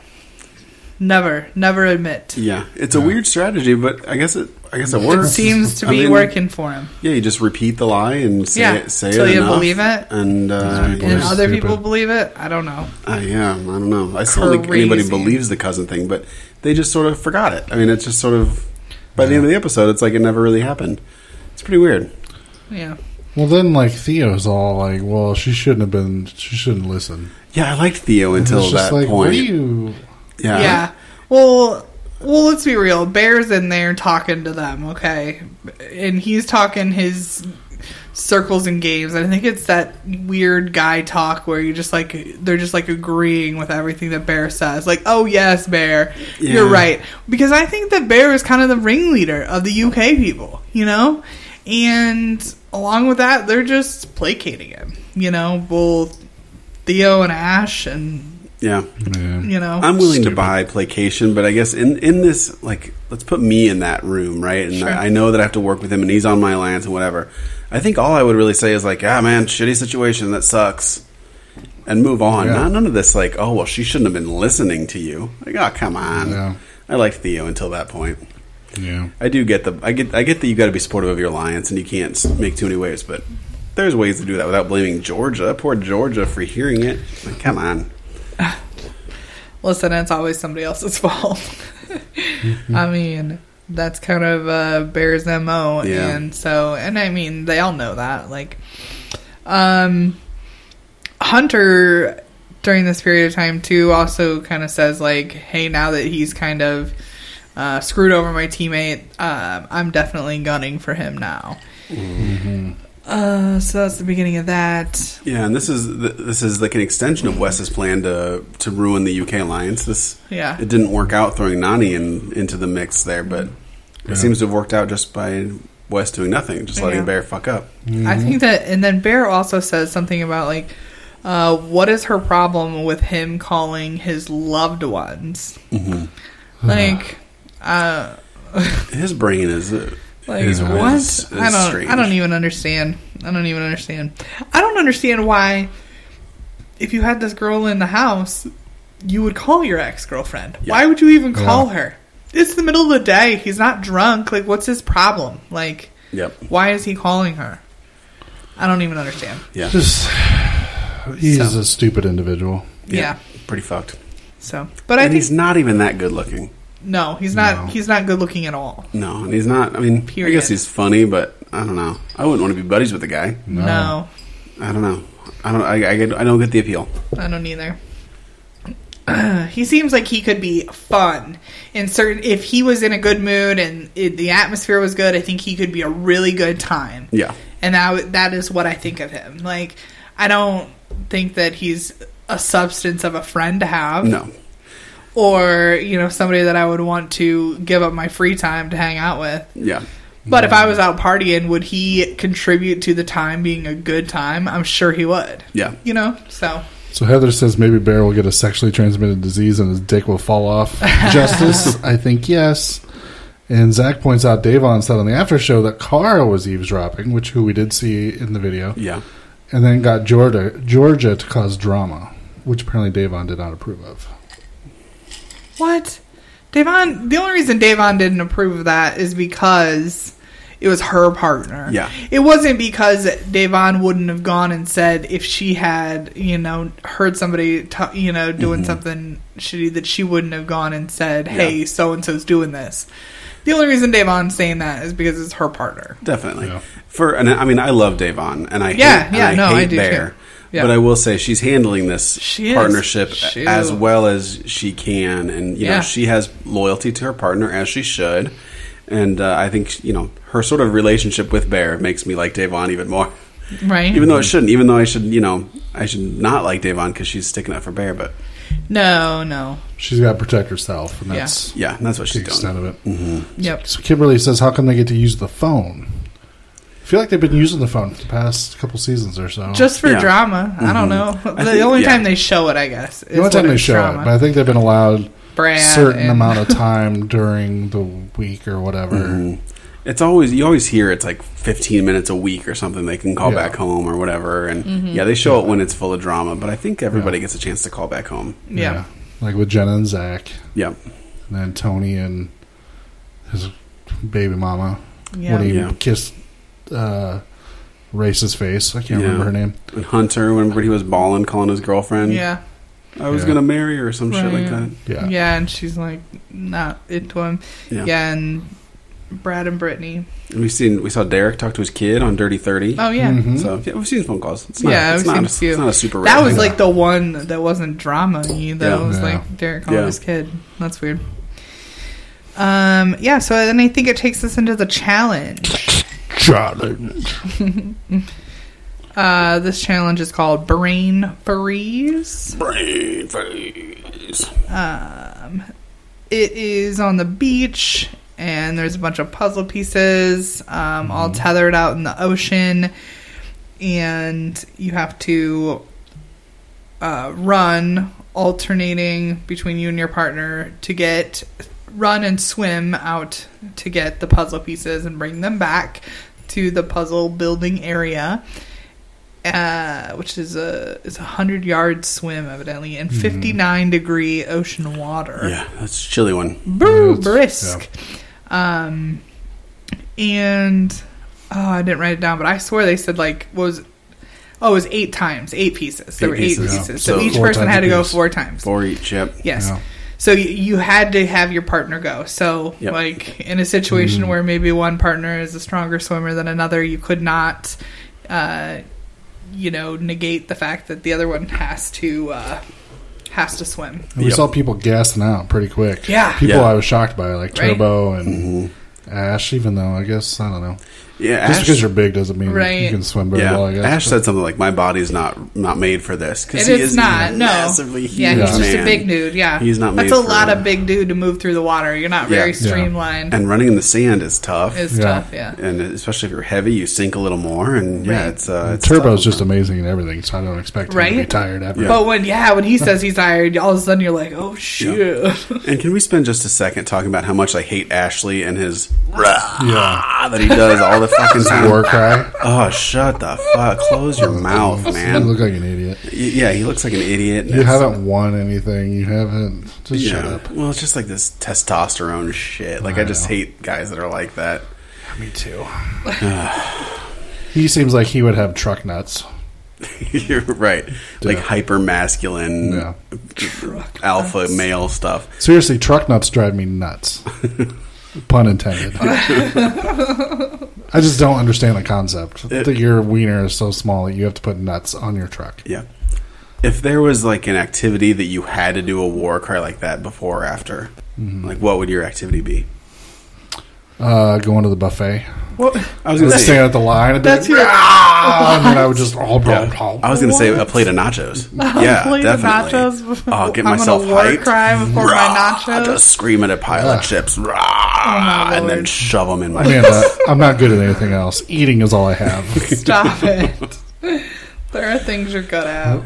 Speaker 4: never never admit
Speaker 2: Yeah. It's a weird strategy, but I guess it I guess it
Speaker 4: it
Speaker 2: works.
Speaker 4: seems to
Speaker 2: I
Speaker 4: be
Speaker 2: mean,
Speaker 4: working for him
Speaker 2: Yeah, you just repeat the lie and say
Speaker 4: Yeah,
Speaker 2: it say
Speaker 4: till
Speaker 2: it
Speaker 4: you
Speaker 2: enough,
Speaker 4: believe it.
Speaker 2: And uh,
Speaker 3: people
Speaker 4: and
Speaker 3: Boy,
Speaker 4: other
Speaker 3: stupid.
Speaker 4: people believe it i don't know
Speaker 2: I am. I don't know. I still don't think anybody
Speaker 4: Crazy.
Speaker 2: believes the cousin thing, but they just sort of forgot it. I mean, it's just sort of by the end of the episode, it's like it never really happened. It's pretty weird.
Speaker 4: yeah
Speaker 3: Well, then, like Theo's all like, "Well, she shouldn't have been. She shouldn't listen."
Speaker 2: Yeah, I liked Theo
Speaker 3: And
Speaker 2: until
Speaker 3: it's
Speaker 2: that
Speaker 3: just like,
Speaker 2: point.
Speaker 3: What are you?
Speaker 2: yeah,
Speaker 4: yeah well well let's be real bear's in there talking to them okay and he's talking his circles and games and i think it's that weird guy talk where you just like they're just like agreeing with everything that bear says like oh yes bear you're
Speaker 2: Yeah.
Speaker 4: right because i think that bear is kind of the ringleader of the uk people you know and along with that they're just placating him you know both theo and ash and
Speaker 2: yeah.
Speaker 3: Yeah.
Speaker 4: you know
Speaker 2: I'm willing to buy placation, but I guess in in this like let's put me in that room, right? And
Speaker 4: Sure.
Speaker 2: I, I know that I have to work with him, and he's on my alliance and whatever. I think all I would really say is like, ah, man, shitty situation that sucks, and move on.
Speaker 3: Yeah.
Speaker 2: Not none of this like, oh well, she shouldn't have been listening to you. Like, oh come on.
Speaker 3: Yeah.
Speaker 2: I liked Theo until that point.
Speaker 3: Yeah.
Speaker 2: I do get the I get I get that you got to be supportive of your alliance and you can't s- make too many waves, but there's ways to do that without blaming Georgia. Poor Georgia for hearing it. Like, come on.
Speaker 4: Listen, it's always somebody else's fault. I mean, that's kind of uh, Bear's MO.
Speaker 2: Yeah.
Speaker 4: And so, and I mean, they all know that. Like, um, Hunter during this period of time, too, also kind of says, like, hey, now that he's kind of uh, screwed over my teammate, um, I'm definitely gunning for him now. Uh, so that's the beginning of that.
Speaker 2: Yeah, and this is th- this is like an extension of Wes's plan to to ruin the UK alliance. This
Speaker 4: Yeah.
Speaker 2: it didn't work out throwing Nani in, into the mix there, but it seems to have worked out just by Wes doing nothing, just letting
Speaker 4: Yeah.
Speaker 2: Bear fuck up.
Speaker 4: I think that, and then Bear also says something about like, uh, what is her problem with him calling his loved ones?
Speaker 2: Mm-hmm.
Speaker 4: Like, uh,
Speaker 2: His brain is uh,
Speaker 4: like
Speaker 2: is-
Speaker 4: what?
Speaker 2: is- is
Speaker 4: I don't.
Speaker 2: strange.
Speaker 4: I don't even understand. I don't even understand. I don't understand why, if you had this girl in the house, you would call your ex girlfriend. Why would you even call her? It's the middle of the day. He's not drunk. Like, what's his problem? Like,
Speaker 2: Yep.
Speaker 4: why is he calling her? I don't even understand.
Speaker 2: Yeah.
Speaker 3: Just he's
Speaker 4: So.
Speaker 3: a stupid individual.
Speaker 4: yeah.
Speaker 2: Pretty fucked.
Speaker 4: So, but I
Speaker 2: and
Speaker 4: think
Speaker 2: he's not even that good looking.
Speaker 4: no, he's not.
Speaker 3: No.
Speaker 4: He's not good looking at all.
Speaker 2: No, and he's not. I mean,
Speaker 4: Period.
Speaker 2: I guess he's funny, but I don't know. I wouldn't want to be buddies with the guy.
Speaker 4: No,
Speaker 2: I don't know. I don't. I, I, get- I don't get the appeal.
Speaker 4: I don't either. he seems like he could be fun in certain. If he was in a good mood and it, the atmosphere was good, I think he could be a really good time.
Speaker 2: Yeah.
Speaker 4: and that that is what I think of him. Like, I don't think that he's a substance of a friend to have.
Speaker 2: No.
Speaker 4: or you know somebody that I would want to give up my free time to hang out with.
Speaker 2: Yeah.
Speaker 4: But if I was out partying, would he contribute to the time being a good time? I'm sure he would.
Speaker 2: Yeah.
Speaker 4: You know, so
Speaker 3: So Heather says maybe Bear will get a sexually transmitted disease and his dick will fall off. Justice, I think yes. And Zach points out Davon said on the after show that Kara was eavesdropping, which who we did see in the video,
Speaker 2: Yeah.
Speaker 3: and then got Georgia Georgia to cause drama, which apparently Davon did not approve of.
Speaker 4: what? Davon. The only reason Davon didn't approve of that is because it was her partner.
Speaker 2: Yeah.
Speaker 4: It wasn't because Davon wouldn't have gone and said if she had you know heard somebody ta you know doing
Speaker 2: Mm-hmm.
Speaker 4: something shitty that she wouldn't have gone and said hey so and so's doing this. The only reason Davon's saying that is because it's her partner.
Speaker 2: Definitely.
Speaker 3: Yeah.
Speaker 2: For and I mean, I love Davon, and I
Speaker 4: Yeah,
Speaker 2: hate, and
Speaker 4: yeah,
Speaker 2: I
Speaker 4: no, I
Speaker 2: hate
Speaker 4: do
Speaker 2: Bear.
Speaker 4: too. Yeah.
Speaker 1: But I will say she's handling this
Speaker 4: She is.
Speaker 1: partnership
Speaker 4: Shoot.
Speaker 1: as well as she can, and you know
Speaker 4: Yeah.
Speaker 1: she has loyalty to her partner as she should. And uh, I think you know her sort of relationship with Bear makes me like Davon even more,
Speaker 4: right?
Speaker 1: even though it shouldn't. Even though I should, you know, I should not like Davon because she's sticking up for Bear. But
Speaker 4: no, no.
Speaker 3: She's got to protect herself, and
Speaker 4: Yeah. Mm-hmm.
Speaker 3: that's
Speaker 1: yeah, that's what
Speaker 3: the
Speaker 1: she's
Speaker 3: extent
Speaker 1: doing.
Speaker 3: of it.
Speaker 4: Yep.
Speaker 3: So Kimberly says, "How come they get to use the phone?" I feel like they've been using the phone for the past couple seasons or so.
Speaker 4: Just for
Speaker 1: Oh. Yeah. Mm-hmm.
Speaker 4: drama. I don't know.
Speaker 1: I
Speaker 4: the
Speaker 1: think-
Speaker 4: only
Speaker 1: yeah.
Speaker 4: time they show it, I guess.
Speaker 3: the only time they show it, but I think they've been allowed a
Speaker 4: Brand
Speaker 3: certain
Speaker 4: and-
Speaker 3: amount of time during the week or whatever.
Speaker 1: Mm-hmm. It's always you always hear it's like 15 minutes a week or something they can call
Speaker 3: Yeah.
Speaker 1: back home or whatever. And
Speaker 4: Mm-hmm.
Speaker 1: yeah, they show it when it's full of drama. But I think everybody gets a chance to call back home.
Speaker 4: Yeah.
Speaker 3: like with Jenna and Zach,
Speaker 1: Yeah,
Speaker 3: and then Tony and his baby mama
Speaker 4: Yeah.
Speaker 3: when he
Speaker 1: Yeah.
Speaker 3: kissed uh, Race's face. I can't
Speaker 1: Yeah.
Speaker 3: remember her name.
Speaker 1: and Hunter, remember he was balling, calling his girlfriend.
Speaker 4: yeah.
Speaker 1: I was
Speaker 3: Yeah.
Speaker 1: gonna marry her or some shit like that.
Speaker 4: Right.
Speaker 3: Yeah,
Speaker 4: Yeah, and she's like not into him.
Speaker 1: Yeah.
Speaker 4: Yeah, and Brad and Brittany.
Speaker 1: And we've seen we saw Derek talk to his kid on Dirty Thirty.
Speaker 4: Oh yeah.
Speaker 3: Mhm.
Speaker 1: So yeah, we've seen phone calls. It's not,
Speaker 4: Yeah,
Speaker 1: it's not
Speaker 4: we've seen
Speaker 1: a,
Speaker 4: a few.
Speaker 1: It's not a super.
Speaker 4: That
Speaker 1: rare
Speaker 4: was
Speaker 1: thing.
Speaker 4: like the one that wasn't drama that
Speaker 1: Yeah.
Speaker 4: was
Speaker 3: Yeah.
Speaker 4: like Derek called
Speaker 1: Yeah.
Speaker 4: his kid. That's weird. Um yeah, so then I think it takes us into the challenge.
Speaker 3: Charlotte.
Speaker 4: Uh this challenge is called Brain Freeze.
Speaker 1: brain freeze.
Speaker 4: It is on the beach and there's a bunch of puzzle pieces um, all tethered out in the ocean and you have to uh, run alternating between you and your partner to get run and swim out to get the puzzle pieces and bring them back to the puzzle building area uh, which is a is a 100 yard swim evidently in 59 degree ocean water
Speaker 1: Yeah, that's a chilly one.
Speaker 4: Boo,
Speaker 3: Yeah, it's-
Speaker 4: brisk. Um, and oh, I didn't write it down, but I swear they said like what was oh, it was eight times, eight pieces. There
Speaker 1: Eight
Speaker 4: were
Speaker 1: pieces,
Speaker 4: eight
Speaker 1: yeah.
Speaker 4: pieces, so,
Speaker 1: So-
Speaker 4: each
Speaker 3: Four
Speaker 4: person
Speaker 3: times
Speaker 4: had to
Speaker 3: a
Speaker 4: go
Speaker 3: piece.
Speaker 4: four times.
Speaker 1: Four each. Yep.
Speaker 4: Yes.
Speaker 3: Yeah.
Speaker 4: So you, you had to have your partner go. So
Speaker 1: Yep.
Speaker 4: like in a situation where maybe one partner is a stronger swimmer than another, you could not, uh, you know, negate the fact that the other one has to uh, has to swim.
Speaker 3: And We
Speaker 1: Yep.
Speaker 3: saw people gassing out pretty quick.
Speaker 4: Yeah.
Speaker 3: people
Speaker 1: Yeah.
Speaker 3: I was shocked by, like
Speaker 4: Right.
Speaker 3: Turbo and Ash. Even though I guess I don't know,
Speaker 1: Yeah.
Speaker 3: just
Speaker 1: Ash-
Speaker 3: because you're big doesn't mean you
Speaker 4: Right.
Speaker 3: can swim very
Speaker 1: yeah,
Speaker 3: well. I guess
Speaker 1: Ash
Speaker 3: but-
Speaker 1: said something like, "My body's not not made for this because
Speaker 4: It
Speaker 1: he
Speaker 4: is not. No.
Speaker 1: massively huge.
Speaker 4: Yeah, he's just a
Speaker 1: man.
Speaker 4: big dude. Yeah,
Speaker 1: He's not
Speaker 4: That's
Speaker 1: made
Speaker 4: a
Speaker 1: for
Speaker 4: lot
Speaker 1: that.
Speaker 4: of big dude to move through the water. You're not
Speaker 1: Yeah.
Speaker 4: very
Speaker 1: Yeah.
Speaker 4: streamlined.
Speaker 1: and running in the sand is tough.
Speaker 4: It's
Speaker 3: Yeah.
Speaker 4: tough. Yeah.
Speaker 1: and especially if you're heavy, you sink a little more. And yeah,
Speaker 4: Right.
Speaker 1: it's uh, it's
Speaker 3: Turbo's
Speaker 1: tough.
Speaker 3: just amazing and everything, so I don't expect him to be
Speaker 4: Right?
Speaker 3: tired ever.
Speaker 1: Yeah.
Speaker 4: But when yeah, when he says he's tired, all of a sudden you're like, oh shoot.
Speaker 1: And can we spend just a second talking about how much I hate Ashley and his rah
Speaker 3: Yeah.
Speaker 1: that he does all the fucking time?
Speaker 3: War cry.
Speaker 1: Oh, shut the fuck! Close your mouth,
Speaker 3: You
Speaker 1: man.
Speaker 3: look like an idiot.
Speaker 1: Y- Yeah, he looks like an idiot.
Speaker 3: You haven't won anything. You haven't. Just
Speaker 1: Yeah.
Speaker 3: shut up.
Speaker 1: Well, it's just like this testosterone shit. Like I,
Speaker 3: I
Speaker 1: just
Speaker 3: know.
Speaker 1: hate guys that are like that.
Speaker 3: Me too. he seems like he would have truck nuts.
Speaker 1: you're right. Like
Speaker 3: Yeah.
Speaker 1: hyper masculine,
Speaker 3: Yeah.
Speaker 1: alpha male stuff.
Speaker 3: Seriously, truck nuts drive me nuts. Pun intended. I just don't understand the concept that your wiener is so small that you have to put nuts on your truck.
Speaker 1: Yeah. If there was like an activity that you had to do a war cry like that before or after,
Speaker 3: Mm-hmm.
Speaker 1: like what would your activity be?
Speaker 3: Uh, going to the
Speaker 1: I
Speaker 3: buffet.
Speaker 1: was
Speaker 3: I
Speaker 1: gonna
Speaker 3: would stand
Speaker 1: say.
Speaker 3: at the line. And be
Speaker 4: That's
Speaker 3: like,
Speaker 4: your
Speaker 3: "Rah!" and then I would just "Oh, all
Speaker 1: Yeah. I was gonna say a plate of nachos. yeah,
Speaker 4: Plate of
Speaker 1: definitely.
Speaker 4: nachos before-
Speaker 1: I'll get
Speaker 4: I'm gonna
Speaker 1: myself
Speaker 4: war
Speaker 1: hyped.
Speaker 4: cry before my
Speaker 1: Rah!
Speaker 4: nachos. Oh
Speaker 1: Just scream at a pile
Speaker 3: Yeah.
Speaker 1: of chips, Rah!
Speaker 4: my
Speaker 1: and then
Speaker 4: Lord.
Speaker 1: shove them in my.
Speaker 3: I mean, uh, I'm not good at anything else. Eating is all I have.
Speaker 4: Stop it. there are things you're good at.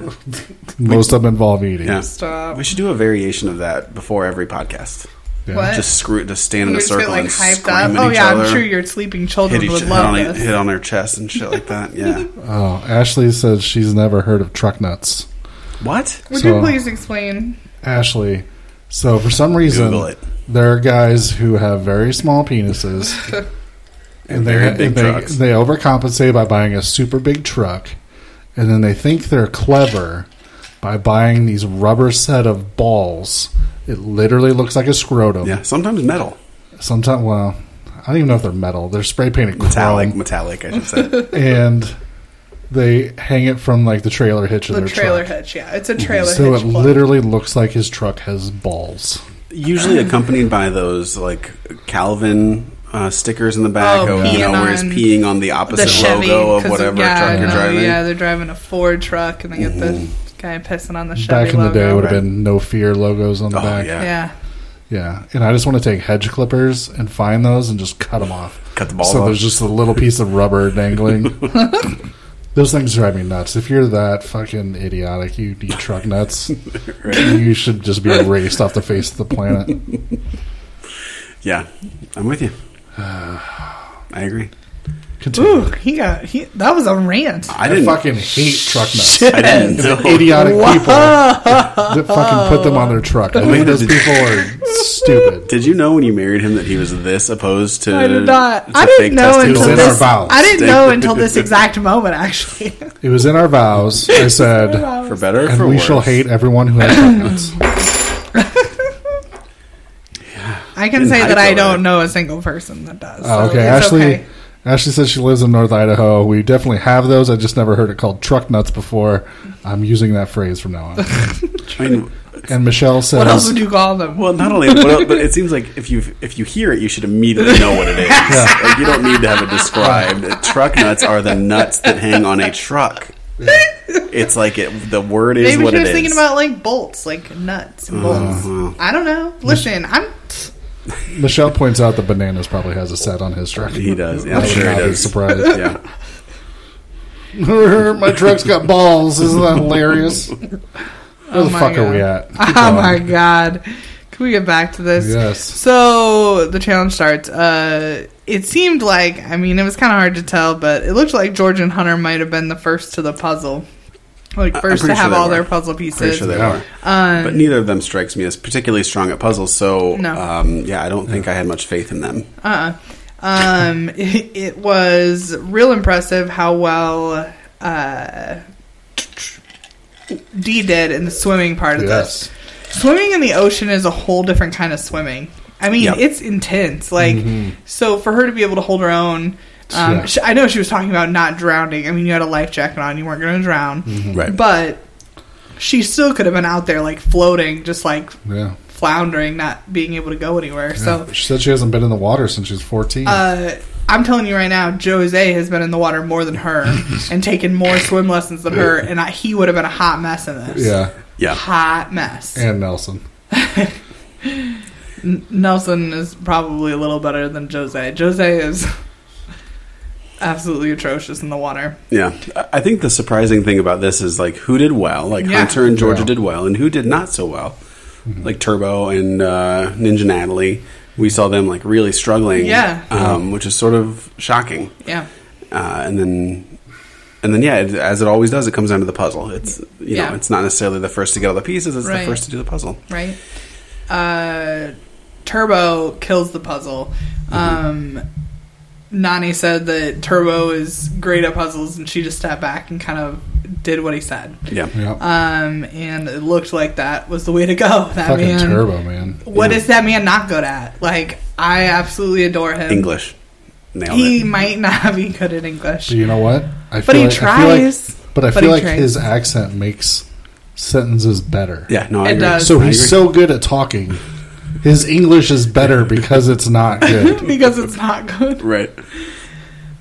Speaker 3: Most of them involve eating.
Speaker 1: Yeah.
Speaker 4: Stop.
Speaker 1: We should do a variation of that before every podcast.
Speaker 3: Yeah.
Speaker 4: What?
Speaker 1: Just screw, just stand in a
Speaker 4: You just get
Speaker 1: circle
Speaker 4: like
Speaker 1: and
Speaker 4: hyped
Speaker 1: scream
Speaker 4: up.
Speaker 1: at
Speaker 4: Oh
Speaker 1: each
Speaker 4: yeah,
Speaker 1: other.
Speaker 4: I'm sure your sleeping children
Speaker 1: hit each
Speaker 4: would
Speaker 1: hit
Speaker 4: love
Speaker 1: on,
Speaker 4: this.
Speaker 1: hit on their chest and shit like that. Yeah.
Speaker 3: Oh, Ashley says she's never heard of truck nuts.
Speaker 1: what?
Speaker 4: Would
Speaker 3: So-
Speaker 4: you please explain?
Speaker 3: Ashley. So for some reason,
Speaker 1: Google it.
Speaker 3: there are guys who have very small penises, and, they,
Speaker 1: very big
Speaker 3: and they
Speaker 1: trucks.
Speaker 3: they overcompensate by buying a super big truck, and then they think they're clever by buying these rubber set of balls. It literally looks like a scrotum.
Speaker 1: Yeah. Sometimes metal,
Speaker 3: Sometimes, well, I don't even know if they're metal. They're spray painted
Speaker 1: metallic,
Speaker 3: chrome,
Speaker 1: metallic. I should say.
Speaker 3: and they hang it from like the trailer hitch of
Speaker 4: The
Speaker 3: their
Speaker 4: trailer
Speaker 3: truck.
Speaker 4: hitch, yeah, it's a trailer
Speaker 3: so
Speaker 4: hitch.
Speaker 3: it
Speaker 4: plug.
Speaker 3: literally looks like his truck has balls.
Speaker 1: Usually accompanied by those like Calvin uh, stickers in the back,
Speaker 4: Oh,
Speaker 1: of, you know,
Speaker 4: peeing
Speaker 1: where it's
Speaker 4: on
Speaker 1: peeing on the
Speaker 4: the
Speaker 1: opposite
Speaker 4: Chevy,
Speaker 1: logo of
Speaker 4: 'cause
Speaker 1: whatever
Speaker 4: yeah,
Speaker 1: truck you're
Speaker 4: no,
Speaker 1: driving.
Speaker 4: Yeah, they're driving a Ford truck, and they get the guy pissing on the
Speaker 1: Mm-hmm.
Speaker 4: Chevy
Speaker 3: back in the
Speaker 4: logo.
Speaker 3: day, it would have
Speaker 1: right.
Speaker 3: been no fear logos on the
Speaker 1: Oh,
Speaker 3: back.
Speaker 1: yeah.
Speaker 4: yeah,
Speaker 3: Yeah, and I just want to take hedge clippers and find those and just cut them off.
Speaker 1: Cut the balls
Speaker 3: So
Speaker 1: off.
Speaker 3: there's just a little piece of rubber dangling. those things drive me nuts. If you're that fucking idiotic, you eat truck nuts. You should just be erased off the face of the planet.
Speaker 1: Yeah, I'm with you. I agree.
Speaker 3: Continue.
Speaker 4: Ooh, he got he. That was oh a rant.
Speaker 1: I
Speaker 3: I,
Speaker 1: didn't.
Speaker 3: fucking hate truck nuts.
Speaker 1: I didn't. know.
Speaker 3: Idiotic people that fucking put them on their truck. I think those people are stupid.
Speaker 1: Did you know when you married him that he was this opposed to?
Speaker 4: I did not.
Speaker 1: to
Speaker 4: I
Speaker 1: fake
Speaker 4: didn't know
Speaker 1: testicles?
Speaker 4: until
Speaker 3: It was in our
Speaker 4: this.
Speaker 3: bowels.
Speaker 4: I didn't know until this exact moment. Actually,
Speaker 3: It was in our vows. I said,
Speaker 1: for better or
Speaker 3: and
Speaker 1: for
Speaker 3: we
Speaker 1: worse.
Speaker 3: shall hate everyone who has truck nuts.
Speaker 4: I can
Speaker 1: Didn't
Speaker 4: say that I
Speaker 1: hypo
Speaker 4: don't
Speaker 1: it.
Speaker 4: know a single person that does.
Speaker 3: Oh,
Speaker 4: so
Speaker 3: okay,
Speaker 4: it's
Speaker 3: Ashley.
Speaker 4: okay.
Speaker 3: Ashley says she lives in North Idaho. We definitely have those. I just never heard it called truck nuts before. I'm using that phrase from now on.
Speaker 1: I mean,
Speaker 3: and Michelle says,
Speaker 4: What else would you call them?
Speaker 1: well, not only, what else- but it seems like if you if you hear it, you should immediately know what it is. Like you don't need to have it described. truck nuts are the nuts that hang on a truck. It's like it. The word is
Speaker 4: Maybe
Speaker 1: what
Speaker 4: she
Speaker 1: it
Speaker 4: was
Speaker 1: is.
Speaker 4: thinking about like bolts, like nuts and bolts.
Speaker 1: well.
Speaker 4: I don't know. Listen, I'm.
Speaker 3: Michelle points out that bananas probably has a set on his truck.
Speaker 1: he does. Yeah, I'm
Speaker 3: I would
Speaker 1: sure
Speaker 3: not
Speaker 1: he
Speaker 3: be
Speaker 1: does.
Speaker 3: surprised.
Speaker 1: Yeah.
Speaker 3: my truck's got balls. Isn't that hilarious? Where the
Speaker 4: Oh my
Speaker 3: fuck
Speaker 4: God.
Speaker 3: are we at? Keep
Speaker 4: Oh
Speaker 3: going.
Speaker 4: my god. Can we get back to this?
Speaker 3: Yes.
Speaker 4: So the challenge starts. Uh it seemed like I mean it was kinda hard to tell, but it looked like George and Hunter might have been the first to the puzzle. Like
Speaker 1: I'm
Speaker 4: first to
Speaker 1: pretty sure
Speaker 4: have
Speaker 1: they
Speaker 4: all
Speaker 1: were.
Speaker 4: their puzzle
Speaker 1: Pretty
Speaker 4: pieces.
Speaker 1: sure they
Speaker 3: Yeah.
Speaker 1: are. but neither of them strikes me as particularly strong at puzzles. So,
Speaker 4: Um, No.
Speaker 1: um, yeah, I don't think I had much faith in them.
Speaker 4: Um, it, it was real impressive how well uh, D did in the swimming part of
Speaker 3: Yes.
Speaker 4: this. Swimming in the ocean is a whole different kind of swimming. I mean,
Speaker 1: Yeah.
Speaker 4: it's intense. Like, so for her to be able to hold her own. Um,
Speaker 3: Mm-hmm. Yeah.
Speaker 4: sh I know she was talking about not drowning. I mean, you had a life jacket on; you weren't going to drown.
Speaker 3: Mm-hmm.
Speaker 1: Right.
Speaker 4: But she still could have been out there, like floating, just like
Speaker 3: Yeah.
Speaker 4: floundering, not being able to go anywhere. So
Speaker 3: She said she hasn't been in the water since she was 14.
Speaker 4: uh, I'm telling you right now, Jose has been in the water more than her and taken more swim lessons than her, and I, he would have been a hot mess in this.
Speaker 3: yeah.
Speaker 1: Yeah.
Speaker 4: Hot mess.
Speaker 3: And Nelson.
Speaker 4: Nelson is probably a little better than Jose. Jose is absolutely atrocious in the water.
Speaker 1: Yeah, I- I think the surprising thing about this is like who did well, like
Speaker 4: Yeah.
Speaker 1: Hunter and Georgia
Speaker 3: Yeah. Mm-hmm.
Speaker 1: did well, and who did not so well, like Turbo and uh, Ninja Natalie. We saw them like really struggling,
Speaker 4: Yeah.
Speaker 1: um, which is sort of shocking.
Speaker 4: Yeah.
Speaker 1: Uh, and then, and then, yeah, it, as it always does, it comes down to the puzzle. It's you
Speaker 4: Yeah.
Speaker 1: know, it's not necessarily the first to get all the pieces; it's
Speaker 4: Right.
Speaker 1: the first to do the puzzle.
Speaker 4: right? Uh, Turbo kills the puzzle.
Speaker 3: Mm-hmm.
Speaker 4: Um, Nani said that Turbo is great at puzzles, and she just stepped back and kind of did what he said.
Speaker 1: Yeah,
Speaker 3: Yeah.
Speaker 4: Um, and it looked like that was the way to go. That
Speaker 3: Fucking
Speaker 4: man.
Speaker 3: turbo, man.
Speaker 4: What is that man not good at? Like, I absolutely adore him.
Speaker 1: English, nailed
Speaker 4: He
Speaker 1: it.
Speaker 4: might not be good at English.
Speaker 3: But you know what? I
Speaker 4: But he
Speaker 3: I
Speaker 4: tries.
Speaker 3: feel like, but I
Speaker 4: But
Speaker 3: feel
Speaker 4: he
Speaker 3: like
Speaker 4: tries.
Speaker 3: his accent makes sentences better.
Speaker 1: yeah, no, I
Speaker 4: It
Speaker 1: agree.
Speaker 4: does.
Speaker 3: So
Speaker 1: I
Speaker 3: he's
Speaker 1: agree.
Speaker 3: so good at talking. His English is better because it's not good.
Speaker 4: because it's not good.
Speaker 1: right.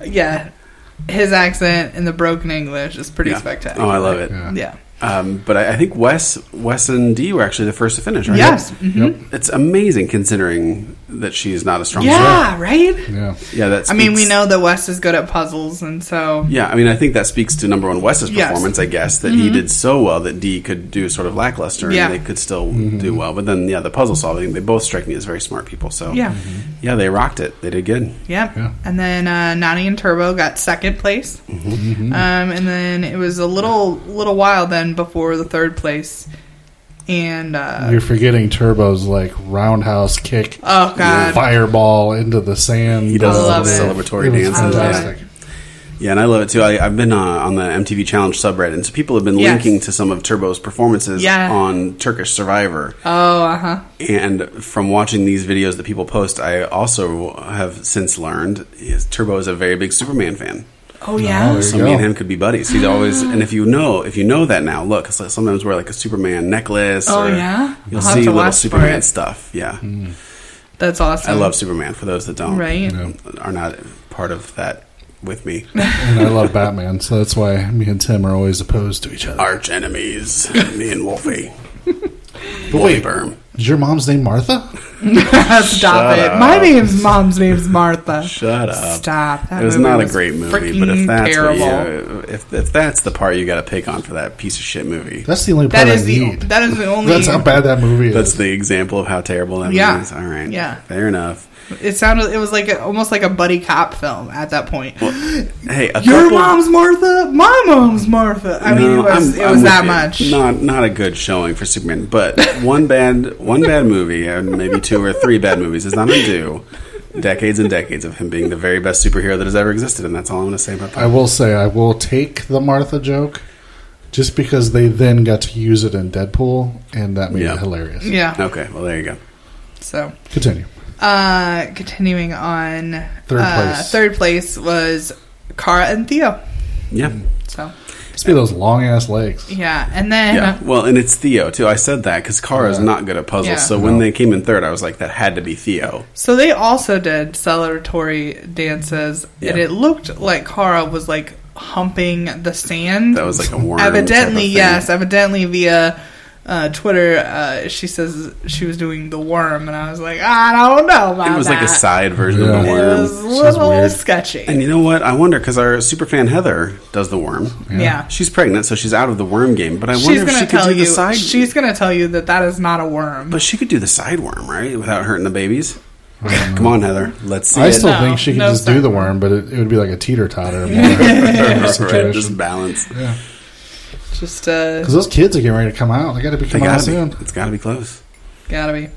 Speaker 4: Yeah. His accent and the broken English is pretty
Speaker 1: Yeah.
Speaker 4: spectacular.
Speaker 1: Oh, I love it.
Speaker 3: Yeah.
Speaker 4: Yeah.
Speaker 1: Um, but I, I think Wes, Wes and Dee were actually the first to finish, right?
Speaker 4: Yes.
Speaker 3: Yep.
Speaker 1: It's amazing considering that she's not a strong swimmer.
Speaker 4: Yeah, right?
Speaker 3: Yeah.
Speaker 1: Yeah, that's.
Speaker 4: I mean, we know that Wes is good at puzzles, and so
Speaker 1: Yeah, I mean, I think that speaks to number one Wes's
Speaker 4: Yes. Mm-hmm.
Speaker 1: performance. I guess that he did so well that Dee could do sort of lackluster,
Speaker 4: Yeah.
Speaker 1: and they could still do well. But then, yeah, the puzzle solving—they both strike me as very smart people. So, Mm-hmm.
Speaker 4: yeah,
Speaker 1: yeah, they rocked it. They did good.
Speaker 4: yep.
Speaker 3: Yeah.
Speaker 4: And then uh, Nani and Turbo got second place, um, and then it was a little little while then before the third place, and uh,
Speaker 3: You're forgetting Turbo's like roundhouse kick
Speaker 4: oh god,
Speaker 3: fireball into the sand.
Speaker 1: He does
Speaker 4: I
Speaker 1: a little
Speaker 4: love it.
Speaker 1: celebratory
Speaker 3: It
Speaker 1: dance.
Speaker 3: was
Speaker 4: I
Speaker 1: and-
Speaker 4: love
Speaker 1: yeah.
Speaker 3: fantastic.
Speaker 1: Yeah, and I love it too. I, I've been uh, on the MTV Challenge subreddit, and so people have been
Speaker 4: Yes.
Speaker 1: linking to some of Turbo's performances
Speaker 4: Yeah.
Speaker 1: on Turkish Survivor.
Speaker 4: oh uh huh,
Speaker 1: And from watching these videos that people post, I also have since learned is Turbo is a very big Superman fan.
Speaker 4: Oh yeah.
Speaker 3: there
Speaker 1: So
Speaker 3: you
Speaker 1: me and
Speaker 3: go.
Speaker 1: him could be buddies. He'd always, and if you know, if you know that now, look, 'cause I sometimes wear like a Superman necklace.
Speaker 4: Oh,
Speaker 1: or
Speaker 4: yeah?
Speaker 1: you'll
Speaker 4: I'll have
Speaker 1: see
Speaker 4: to
Speaker 1: little
Speaker 4: watch for
Speaker 1: Superman
Speaker 4: it.
Speaker 1: stuff. Yeah,
Speaker 3: Mm-hmm.
Speaker 4: That's awesome.
Speaker 1: I love Superman. For those that don't,
Speaker 4: Right.
Speaker 3: Yeah.
Speaker 1: are not part of that with me,
Speaker 3: And I love Batman, so that's why me and Tim are always opposed to each other.
Speaker 1: arch enemies, me and Wolfie,
Speaker 3: But
Speaker 1: Wolfie
Speaker 3: wait,
Speaker 1: Berm.
Speaker 3: is your mom's name Martha?
Speaker 4: Stop
Speaker 1: Shut
Speaker 4: it.
Speaker 1: up.
Speaker 4: My name's mom's name's Martha.
Speaker 1: Shut up.
Speaker 4: Stop. That
Speaker 1: it was
Speaker 4: movie
Speaker 1: not a
Speaker 4: was
Speaker 1: great movie, but
Speaker 4: freaking
Speaker 1: if that's what you- uh,
Speaker 4: terrible.
Speaker 1: if if that's the part you got to pick on for that piece of shit movie,
Speaker 3: That's the only part
Speaker 4: That is
Speaker 3: I
Speaker 4: the
Speaker 3: need.
Speaker 4: that is the only.
Speaker 3: that's how bad that movie is.
Speaker 1: that's the example of how terrible that
Speaker 4: Yeah.
Speaker 1: movie is. All right,
Speaker 4: Yeah.
Speaker 1: fair enough.
Speaker 4: It sounded. It was like a, almost like a buddy cop film at that point.
Speaker 1: Hey, a
Speaker 4: Your
Speaker 1: couple-
Speaker 4: mom's Martha. My mom's Martha. I mean, it
Speaker 1: No,
Speaker 4: was
Speaker 1: I'm-
Speaker 4: it
Speaker 1: I'm
Speaker 4: was
Speaker 1: with
Speaker 4: that
Speaker 1: you.
Speaker 4: much.
Speaker 1: Not not a good showing for Superman, but one bad one bad movie and maybe two or three bad movies is not undo decades and decades of him being the very best superhero that has ever existed, and that's all I'm going to say about
Speaker 3: I
Speaker 1: that.
Speaker 3: will say I will take the Martha joke just because they then got to use it in Deadpool and that made
Speaker 1: Yeah.
Speaker 3: it hilarious.
Speaker 4: Yeah.
Speaker 1: Okay, well there you go.
Speaker 4: So,
Speaker 3: Continue.
Speaker 4: uh, continuing on.
Speaker 3: Third
Speaker 4: uh,
Speaker 3: place.
Speaker 4: Third place was Kara and Theo.
Speaker 1: Yeah,
Speaker 4: So
Speaker 3: Must be those long ass legs.
Speaker 4: yeah, and then
Speaker 1: yeah. Well, and it's Theo too. I said that because Kara's
Speaker 3: Yeah.
Speaker 1: not good at puzzles,
Speaker 4: Yeah.
Speaker 1: so when
Speaker 3: No.
Speaker 1: they came in third, I was like, that had to be Theo.
Speaker 4: so they also did celebratory dances,
Speaker 1: Yeah.
Speaker 4: and it looked like Kara was like humping the sand.
Speaker 1: That was like a warm.
Speaker 4: evidently yes evidently via uh, twitter uh, she says she was doing the worm and i was like i don't know about
Speaker 1: It was like a
Speaker 4: that."
Speaker 1: side version
Speaker 3: Yeah.
Speaker 1: of the
Speaker 4: it
Speaker 1: worm.
Speaker 4: was a
Speaker 3: Sounds
Speaker 4: little
Speaker 3: weird.
Speaker 4: sketchy
Speaker 1: And you know what? I wonder because our super fan Heather does the worm.
Speaker 4: yeah,
Speaker 1: She's pregnant, so she's out of the worm game. But I
Speaker 4: she's
Speaker 1: wonder if
Speaker 4: gonna
Speaker 1: she could
Speaker 4: tell
Speaker 1: do
Speaker 4: you
Speaker 1: the side.
Speaker 4: she's gonna tell you that that is not a worm
Speaker 1: but she could do the side worm, right, without hurting the babies. Come on, Heather. Let's see
Speaker 3: I
Speaker 1: it.
Speaker 3: still
Speaker 4: No,
Speaker 3: think she could
Speaker 4: no
Speaker 3: just do the
Speaker 4: second.
Speaker 3: worm, but it, it would be like a teeter totter situation.
Speaker 1: Right, just balance.
Speaker 4: just uh
Speaker 3: Because those kids are getting ready to come out. They got to be
Speaker 1: They
Speaker 3: coming out
Speaker 1: gotta
Speaker 3: soon.
Speaker 1: be. It's gotta be close.
Speaker 4: gotta be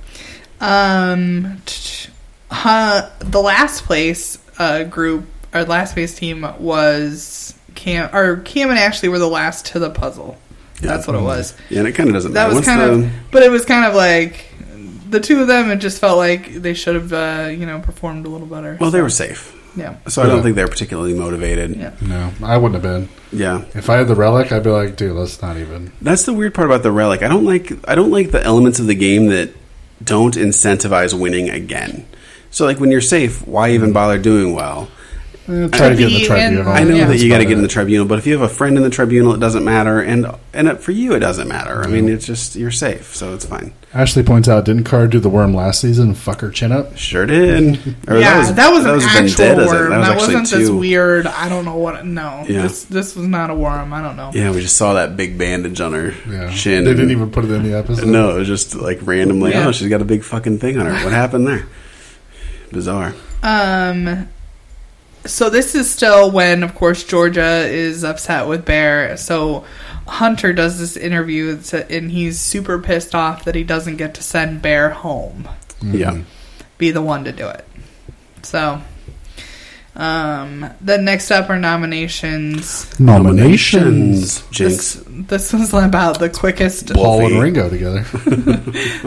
Speaker 4: um t- t- uh, the last place uh group our last place team was cam or cam and ashley were the last to the puzzle that's what it was
Speaker 1: Yeah, and it kind of doesn't matter.
Speaker 4: that was
Speaker 1: What's
Speaker 4: kind
Speaker 1: the,
Speaker 4: of but it was kind of like the two of them it just felt like they should have uh, you know performed a little better
Speaker 1: well, they were safe,
Speaker 4: yeah
Speaker 1: so I don't
Speaker 3: Yeah.
Speaker 1: think they're particularly motivated.
Speaker 4: yeah
Speaker 3: No, I wouldn't have been.
Speaker 1: yeah,
Speaker 3: If I had the relic, I'd be like, dude, let's not even.
Speaker 1: That's the weird part about the relic. I don't like I don't like the elements of the game that don't incentivize winning again. So like when you're safe, why even bother doing well?
Speaker 3: Eh, try to get in
Speaker 4: be
Speaker 3: the
Speaker 4: in-
Speaker 3: tribunal.
Speaker 1: I know
Speaker 4: Yeah.
Speaker 1: that you got to
Speaker 3: That's
Speaker 1: get in the
Speaker 3: about
Speaker 1: tribunal, but if you have a friend in the tribunal, it doesn't matter, and and it- for you, it doesn't matter. I mean,
Speaker 4: Mm-hmm.
Speaker 1: it's just you're safe, so it's fine.
Speaker 3: it. Ashley points out, didn't Carr do the worm last season and fuck her chin up?
Speaker 1: Sure did. Or
Speaker 4: yeah, that was, an
Speaker 1: Vendetta,
Speaker 4: actual
Speaker 1: isn't it?
Speaker 4: worm. That, was
Speaker 1: actually
Speaker 4: not this
Speaker 1: two.
Speaker 4: weird. I don't know what. No,
Speaker 1: Yeah.
Speaker 4: this this was not a worm. I don't know.
Speaker 1: Yeah, we just saw that big bandage on her
Speaker 3: Yeah.
Speaker 1: chin.
Speaker 3: They
Speaker 1: and-
Speaker 3: didn't even put it in the episode.
Speaker 1: No, it was just like randomly.
Speaker 4: Yeah.
Speaker 1: Oh, she's got a big fucking thing on her. What happened there? Bizarre.
Speaker 4: Um, so this is still when, of course, Georgia is upset with Bear. So Hunter does this interview, that's- and he's super pissed off that he doesn't get to send Bear home.
Speaker 3: Hmm.
Speaker 1: Yeah.
Speaker 4: be the one to do it. So, um, then next up are nominations.
Speaker 3: Nominations.
Speaker 1: Jinx.
Speaker 4: This was about the quickest.
Speaker 1: Well-
Speaker 3: Paul
Speaker 1: Wolfie.
Speaker 3: and Ringo together.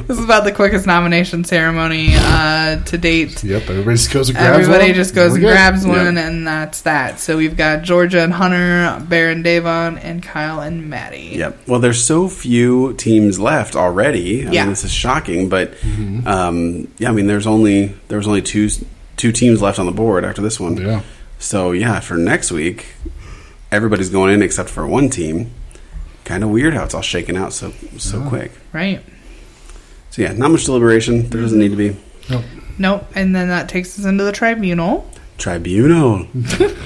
Speaker 4: This is about the quickest nomination ceremony uh, to date.
Speaker 3: yep, everybody just goes and grabs
Speaker 4: Everybody
Speaker 3: one.
Speaker 4: just goes
Speaker 3: We're
Speaker 4: and
Speaker 3: good.
Speaker 4: grabs
Speaker 1: Yeah.
Speaker 4: one, and that's that. So we've got Georgia and Hunter, Bear and Davon, and Kyle and Maddie.
Speaker 1: Yep. Well, there's so few teams left already. I
Speaker 4: Yeah.
Speaker 1: mean, this is shocking, but
Speaker 3: Mm-hmm.
Speaker 1: um, yeah, I mean, there's only there was only two two teams left on the board after this one.
Speaker 3: Yeah.
Speaker 1: So yeah, for next week, everybody's going in except for one team. Kind of weird how it's all shaken out so so quick.
Speaker 4: Right.
Speaker 1: So yeah, not much deliberation. There doesn't need to be
Speaker 3: Nope.
Speaker 4: Nope. And then that takes us into the tribunal.
Speaker 1: tribunal.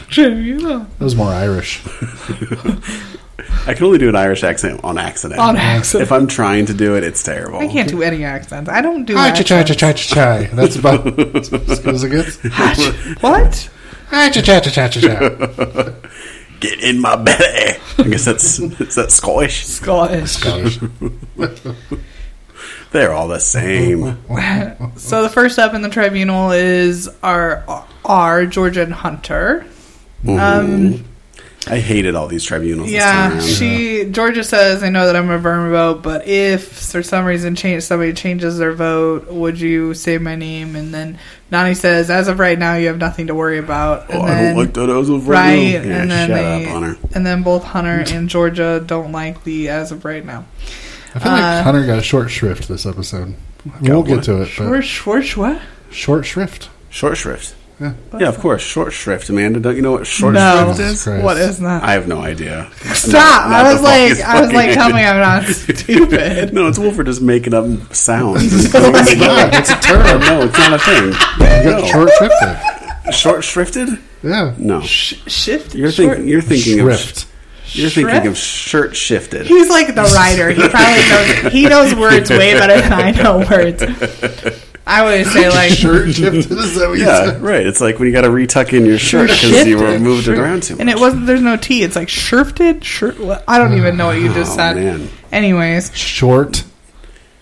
Speaker 4: Tribunal.
Speaker 3: That was more Irish.
Speaker 1: I can only do an Irish accent on accident.
Speaker 4: On accident.
Speaker 1: If I'm trying to do it, it's terrible.
Speaker 4: I can't do any accents. I don't do
Speaker 3: Hi, cha cha cha
Speaker 4: accents.
Speaker 3: cha cha chai. That's about as good as it gets.
Speaker 4: What?
Speaker 3: Hi, cha cha cha cha cha cha.
Speaker 1: Get in my belly. I guess that's is that Scottish.
Speaker 4: Scottish.
Speaker 3: Gosh.
Speaker 1: They're all the same.
Speaker 4: So the first up in the tribunal is our are Georgia and Hunter. Um,
Speaker 1: I hated all these tribunals. this time
Speaker 4: Yeah,
Speaker 1: around.
Speaker 4: she Georgia says, "I know that I'm a verm vote, but if for some reason change somebody changes their vote, would you say my name?" And then Nani says, "As of right now, you have nothing to worry about." And
Speaker 1: Oh, I
Speaker 4: then,
Speaker 1: don't like that as of
Speaker 4: right?
Speaker 1: right, now.
Speaker 4: and
Speaker 1: Yeah,
Speaker 4: then
Speaker 1: shut
Speaker 4: they-
Speaker 1: up, Hunter.
Speaker 4: and then both Hunter and Georgia don't like the as of right now.
Speaker 3: I feel
Speaker 4: Uh,
Speaker 3: like Hunter got short shrift this episode. we'll get
Speaker 1: what?
Speaker 3: to it, but
Speaker 4: Short, short, what?
Speaker 3: short shrift.
Speaker 1: Short shrift.
Speaker 3: Yeah.
Speaker 1: Yeah, of course. Short shrift, Amanda. Don't you know what short
Speaker 4: no,
Speaker 1: shrift is?
Speaker 3: Jesus Christ.
Speaker 4: what is that?
Speaker 1: I have no idea.
Speaker 4: Stop!
Speaker 1: Not- not
Speaker 4: I was
Speaker 1: the
Speaker 4: like,
Speaker 1: fucking
Speaker 4: I was like,
Speaker 1: fucking
Speaker 4: tell me I'm not stupid.
Speaker 1: no, it's Wolfer just making up sounds. no, it's not. It's a term. No, it's not a thing.
Speaker 3: You got short shrifted.
Speaker 1: Short shrifted?
Speaker 3: Yeah.
Speaker 1: No.
Speaker 4: Sh- shift.
Speaker 1: You're
Speaker 4: short-
Speaker 1: thinking. You're thinking
Speaker 3: Shrift.
Speaker 1: of. You're thinking of shirt shifted.
Speaker 4: He's like the writer. He probably knows. He knows words way better than I know words. I always say like
Speaker 3: Short shifted. Is that what you
Speaker 1: Yeah,
Speaker 3: said?
Speaker 1: right. It's like when you got to retuck in your shirt because you were
Speaker 4: shifted.
Speaker 1: moved it
Speaker 4: Sure.
Speaker 1: around too much.
Speaker 4: And it wasn't. There's no T. It's like shifted. Shirt. what- I don't even know what you just
Speaker 1: Oh,
Speaker 4: said.
Speaker 1: man.
Speaker 4: Anyways,
Speaker 3: Short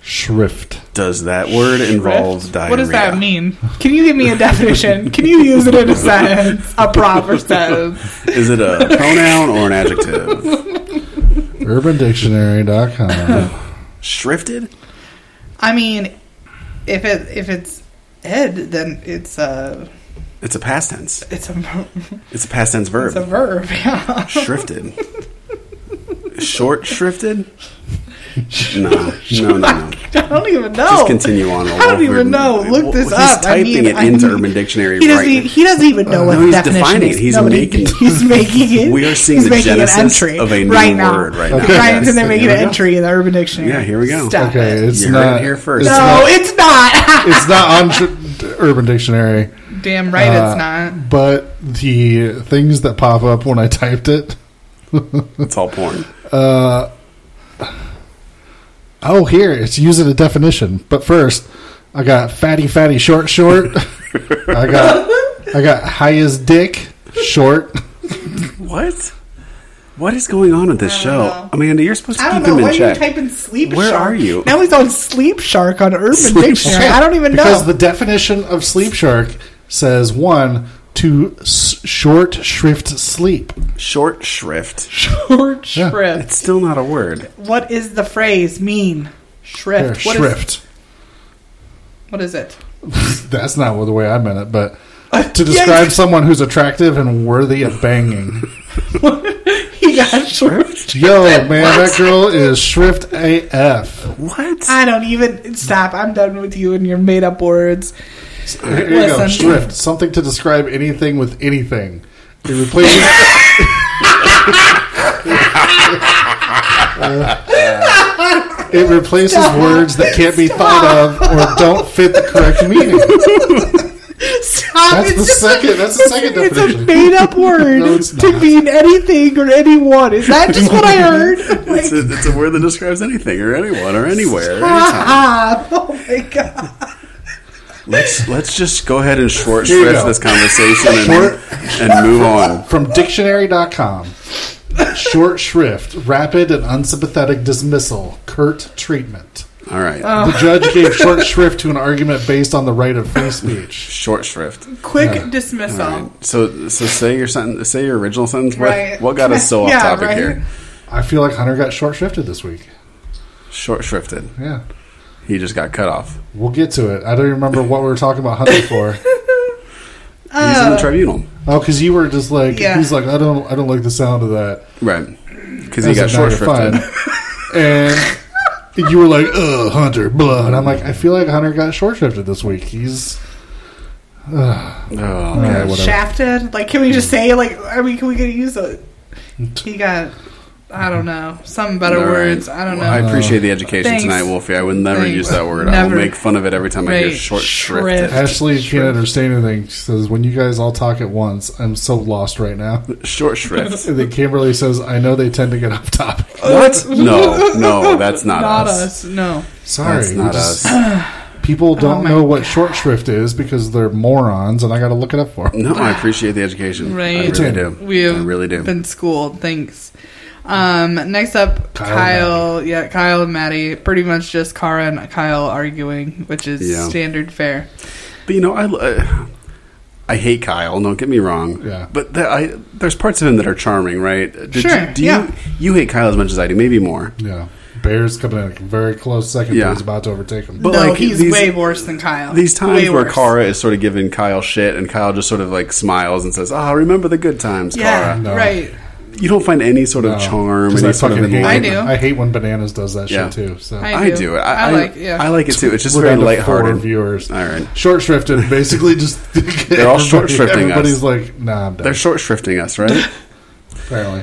Speaker 3: shrift.
Speaker 1: Does that word involve
Speaker 4: rift.
Speaker 1: diarrhea?
Speaker 4: what does that mean? Can you give me a definition? Can you use it in a sentence? A proper sentence.
Speaker 1: Is it a pronoun or an adjective?
Speaker 3: UrbanDictionary.com.
Speaker 1: Shrifted?
Speaker 4: I mean, if it if it's ed, then it's uh, a
Speaker 1: It's a past tense.
Speaker 4: it's a
Speaker 1: It's a past tense verb.
Speaker 4: it's a verb. Yeah.
Speaker 1: Shrifted. Short shrifted? No, no, no, no.
Speaker 4: I don't even know.
Speaker 1: Just continue on.
Speaker 4: Oh, I don't even know. Look this
Speaker 1: he's
Speaker 4: up. I
Speaker 1: typing
Speaker 4: mean,
Speaker 1: it
Speaker 4: I
Speaker 1: into
Speaker 4: mean-
Speaker 1: Urban Dictionary.
Speaker 4: He doesn't.
Speaker 1: right Uh,
Speaker 4: e- he doesn't even know what
Speaker 1: no,
Speaker 4: the
Speaker 1: he's
Speaker 4: definition
Speaker 1: defining
Speaker 4: is.
Speaker 1: it. He's
Speaker 4: Nobody-
Speaker 1: making-
Speaker 4: He's making it.
Speaker 1: We are seeing
Speaker 4: he's
Speaker 1: the
Speaker 4: making an
Speaker 1: genesis
Speaker 4: entry
Speaker 1: of a new
Speaker 4: right now.
Speaker 1: word right now.
Speaker 3: Okay.
Speaker 4: Ryan's in there
Speaker 1: Yes,
Speaker 4: making
Speaker 1: here
Speaker 4: an
Speaker 1: we go.
Speaker 4: entry in the Urban Dictionary.
Speaker 1: Yeah, here we go.
Speaker 4: Stop
Speaker 3: Okay,
Speaker 4: it.
Speaker 3: it's
Speaker 1: You heard it
Speaker 3: not
Speaker 1: here first.
Speaker 3: It's,
Speaker 4: no, it's not.
Speaker 3: it's not on tr- Urban Dictionary,
Speaker 4: Damn right,
Speaker 3: Uh,
Speaker 4: it's not.
Speaker 3: but the things that pop up when I typed it.
Speaker 1: It's all porn.
Speaker 3: Oh, here it's using a definition. But first, I got fatty, fatty, short, short. I got I got high as dick, short.
Speaker 1: What? What is going on with this
Speaker 4: I don't
Speaker 1: show?
Speaker 4: know.
Speaker 1: Amanda, you're supposed to
Speaker 4: I
Speaker 1: keep
Speaker 4: don't
Speaker 1: him
Speaker 4: know. Why
Speaker 1: in
Speaker 4: are you
Speaker 1: check.
Speaker 4: typing sleep
Speaker 1: Where
Speaker 4: shark?
Speaker 1: are you?
Speaker 4: Now he's on sleep shark on Urban
Speaker 1: Sleep
Speaker 4: Dictionary. I don't even
Speaker 3: because
Speaker 4: know.
Speaker 3: the definition of sleep shark says one to s- short shrift sleep.
Speaker 1: Short shrift.
Speaker 4: Short
Speaker 3: Yeah.
Speaker 4: shrift.
Speaker 1: It's still not a word.
Speaker 4: What is the phrase mean?
Speaker 3: Or
Speaker 4: Shrift. What is-
Speaker 3: shrift.
Speaker 4: what is it?
Speaker 3: That's not the way I meant it, but to
Speaker 4: Yeah,
Speaker 3: describe someone who's attractive and worthy of banging.
Speaker 4: He got shrift.
Speaker 3: Yo, man, that girl is shrift AF.
Speaker 1: What?
Speaker 4: I don't even stop. I'm done with you and your made up words.
Speaker 3: Here you go,
Speaker 4: Listen.
Speaker 3: shrift. Something to describe anything with anything. It replaces. it replaces words that can't be thought of or don't fit the correct meaning.
Speaker 4: Stop.
Speaker 3: That's the
Speaker 4: just
Speaker 3: second- that's the
Speaker 4: it's-
Speaker 3: second
Speaker 4: it's
Speaker 3: definition.
Speaker 4: a made up word
Speaker 3: No, it's
Speaker 4: to
Speaker 3: not.
Speaker 4: mean anything or anyone. Is that just what I heard? Like,
Speaker 1: It's a, it's a word that describes anything or anyone or anywhere. anytime.
Speaker 4: ah, oh my god.
Speaker 1: Let's let's just go ahead and short
Speaker 3: Here you
Speaker 1: shrift
Speaker 3: go.
Speaker 1: this conversation and,
Speaker 3: Short-
Speaker 1: and move on.
Speaker 3: From dictionary.com. Short shrift, rapid and unsympathetic dismissal, curt treatment.
Speaker 1: All right.
Speaker 4: Oh.
Speaker 3: The judge gave short shrift to an argument based on the right of free speech.
Speaker 1: Short shrift.
Speaker 4: Quick dismissal.
Speaker 1: All right. So so say your sentence. Say your original sentence. What,
Speaker 4: Right.
Speaker 1: what got us so
Speaker 4: Yeah,
Speaker 1: off topic
Speaker 4: right.
Speaker 1: here?
Speaker 3: I feel like Hunter got short shrifted this week.
Speaker 1: Short shrifted.
Speaker 3: Yeah.
Speaker 1: He just got cut off.
Speaker 3: We'll get to it. I don't even remember what we were talking about Hunter for.
Speaker 1: He's in the tribunal.
Speaker 3: Oh, because you were just like
Speaker 4: Yeah.
Speaker 3: he's like I don't I don't like the sound of that.
Speaker 1: Right. Because he got
Speaker 3: That's
Speaker 1: short
Speaker 3: a matter
Speaker 1: shrifted.
Speaker 3: of fine. And you were like, "Ugh, Hunter, blah," and I'm like, I feel like Hunter got short shrifted this week. He's
Speaker 1: Oh,
Speaker 3: All right,
Speaker 1: man.
Speaker 3: whatever.
Speaker 4: Shafted? Like, can we just say, like, I mean, can we get to use a. He got, I don't know, some better
Speaker 1: All right.
Speaker 4: words. I don't know.
Speaker 1: Well, I appreciate the education
Speaker 4: Oh, Thanks.
Speaker 1: tonight, Wolfie. I would never
Speaker 4: Thanks.
Speaker 1: use that word. I will
Speaker 4: Never.
Speaker 1: make fun of it every time I hear
Speaker 4: Right.
Speaker 1: short
Speaker 4: Shrift.
Speaker 1: shrift.
Speaker 3: Ashley can't understand anything. She says, "When you guys all talk at once, I'm so lost right now."
Speaker 1: Short shrift.
Speaker 3: And then Kimberly says, "I know they tend to get off topic."
Speaker 1: what? No, no, that's not,
Speaker 4: Not
Speaker 1: us.
Speaker 4: us. No.
Speaker 3: Sorry,
Speaker 1: That's not
Speaker 3: we just-
Speaker 1: us. Oh
Speaker 3: People don't
Speaker 4: my
Speaker 3: know what short shrift is because they're morons, and I got to look it up for them.
Speaker 1: No, I appreciate the education.
Speaker 4: Right.
Speaker 1: I really do.
Speaker 4: We have
Speaker 1: I really do.
Speaker 4: been schooled. Thanks. Um, next up,
Speaker 3: Kyle
Speaker 4: Kyle.
Speaker 3: and
Speaker 4: yeah, Kyle and Maddie. Pretty much just Kara and Kyle arguing, which is
Speaker 1: Yeah.
Speaker 4: standard fare.
Speaker 1: But you know, I, uh, I hate Kyle. Don't get me wrong.
Speaker 3: Yeah.
Speaker 1: But there, I, there's parts of him that are charming, right? Uh, Did
Speaker 4: Sure,
Speaker 1: You, do
Speaker 4: yeah.
Speaker 1: you you hate Kyle as much as I do? Maybe more.
Speaker 3: Yeah. Bear's coming in a very close second.
Speaker 1: Yeah.
Speaker 3: But he's about to overtake him.
Speaker 1: But,
Speaker 4: no,
Speaker 1: like,
Speaker 4: he's
Speaker 1: these-
Speaker 4: way worse than Kyle.
Speaker 1: These times
Speaker 4: Way
Speaker 1: where
Speaker 4: worse.
Speaker 1: Kara is sort of giving Kyle shit, and Kyle just sort of like smiles and says, "Ah, remember the good times,
Speaker 4: Yeah,
Speaker 1: Kara."
Speaker 3: No.
Speaker 4: right.
Speaker 1: You don't find any sort of
Speaker 3: No.
Speaker 1: charm,
Speaker 3: 'Cause
Speaker 1: any
Speaker 3: I
Speaker 1: sort of
Speaker 3: fucking hate
Speaker 4: I
Speaker 1: enlightenment.
Speaker 4: do.
Speaker 3: I hate when Bananas does that
Speaker 1: Yeah.
Speaker 3: shit too. So
Speaker 4: I-
Speaker 1: I do. I, I like.
Speaker 4: yeah.
Speaker 1: I like it too. It's just
Speaker 3: We're
Speaker 1: very
Speaker 3: down to four
Speaker 1: lighthearted.
Speaker 3: viewers.
Speaker 1: All right.
Speaker 3: Short shrifted, basically just
Speaker 1: They're all short
Speaker 3: everybody-
Speaker 1: shrifting us.
Speaker 3: Everybody's like, nah, I'm done.
Speaker 1: They're Um, short shrifting us, right?
Speaker 3: apparently.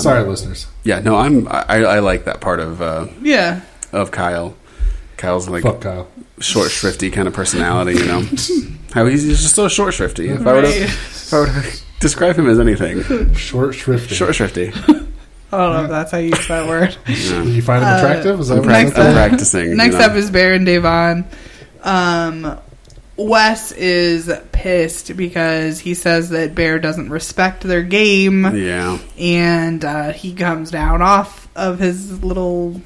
Speaker 3: Sorry, listeners.
Speaker 1: yeah. No, I'm. I, I like that part of uh,
Speaker 4: Yeah.
Speaker 1: of Kyle. Kyle's like
Speaker 3: Fuck Kyle.
Speaker 1: short shrifty kind of personality, you know. How he's, he's just so short shrifty. If I would
Speaker 4: Right.
Speaker 1: if I would describe him as anything,
Speaker 3: Short shrifted.
Speaker 1: short shrifty.
Speaker 4: I don't know
Speaker 1: Mm.
Speaker 4: if that's how you use that word.
Speaker 3: Do you find him
Speaker 4: Uh,
Speaker 3: attractive? Is that
Speaker 1: I'm,
Speaker 3: what you
Speaker 1: prac-
Speaker 4: next
Speaker 1: I'm
Speaker 4: up-
Speaker 1: practicing. you
Speaker 4: Next
Speaker 1: know.
Speaker 4: up is Bear and Davon. Um, Wes is pissed because he says that Bear doesn't respect their game,
Speaker 1: yeah,
Speaker 4: and uh, he comes down off of his little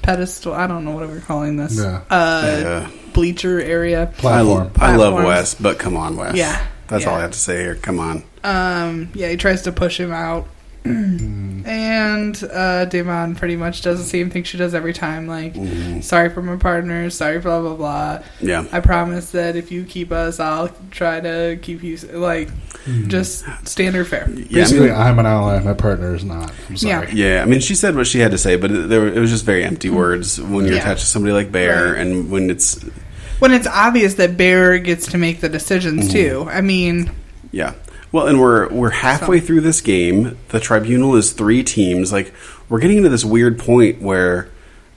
Speaker 4: pedestal. I don't know what we're calling this.
Speaker 3: Yeah.
Speaker 4: Uh,
Speaker 1: yeah.
Speaker 4: bleacher area.
Speaker 1: I,
Speaker 3: Platform.
Speaker 1: I love
Speaker 4: Platforms.
Speaker 1: Wes, but come on, Wes.
Speaker 4: Yeah,
Speaker 1: that's all
Speaker 4: yeah.
Speaker 1: I have to say here. Come on.
Speaker 4: Um, yeah, he tries to push him out. and uh, Damon pretty much does the same thing she does every time. Like,
Speaker 1: Mm.
Speaker 4: sorry for my partner, sorry, blah, blah, blah.
Speaker 1: Yeah.
Speaker 4: I promise that if you keep us, I'll try to keep you. Like,
Speaker 3: Hmm.
Speaker 4: just standard fair.
Speaker 1: Yeah, I
Speaker 3: Basically,
Speaker 1: mean,
Speaker 3: I'm an ally. My partner is not. I'm sorry.
Speaker 1: yeah. I mean, she said what she had to say, but it, there, were- it was just very empty words when you're
Speaker 4: Mm-hmm. Yeah.
Speaker 1: attached to somebody like Bear,
Speaker 4: Right.
Speaker 1: and when it's
Speaker 4: When it's obvious that Bear gets to make the
Speaker 3: Hmm.
Speaker 4: decisions, too. I mean,
Speaker 1: Yeah. Well, and we're we're halfway through this game. The tribunal is three teams. Like we're getting into this weird point where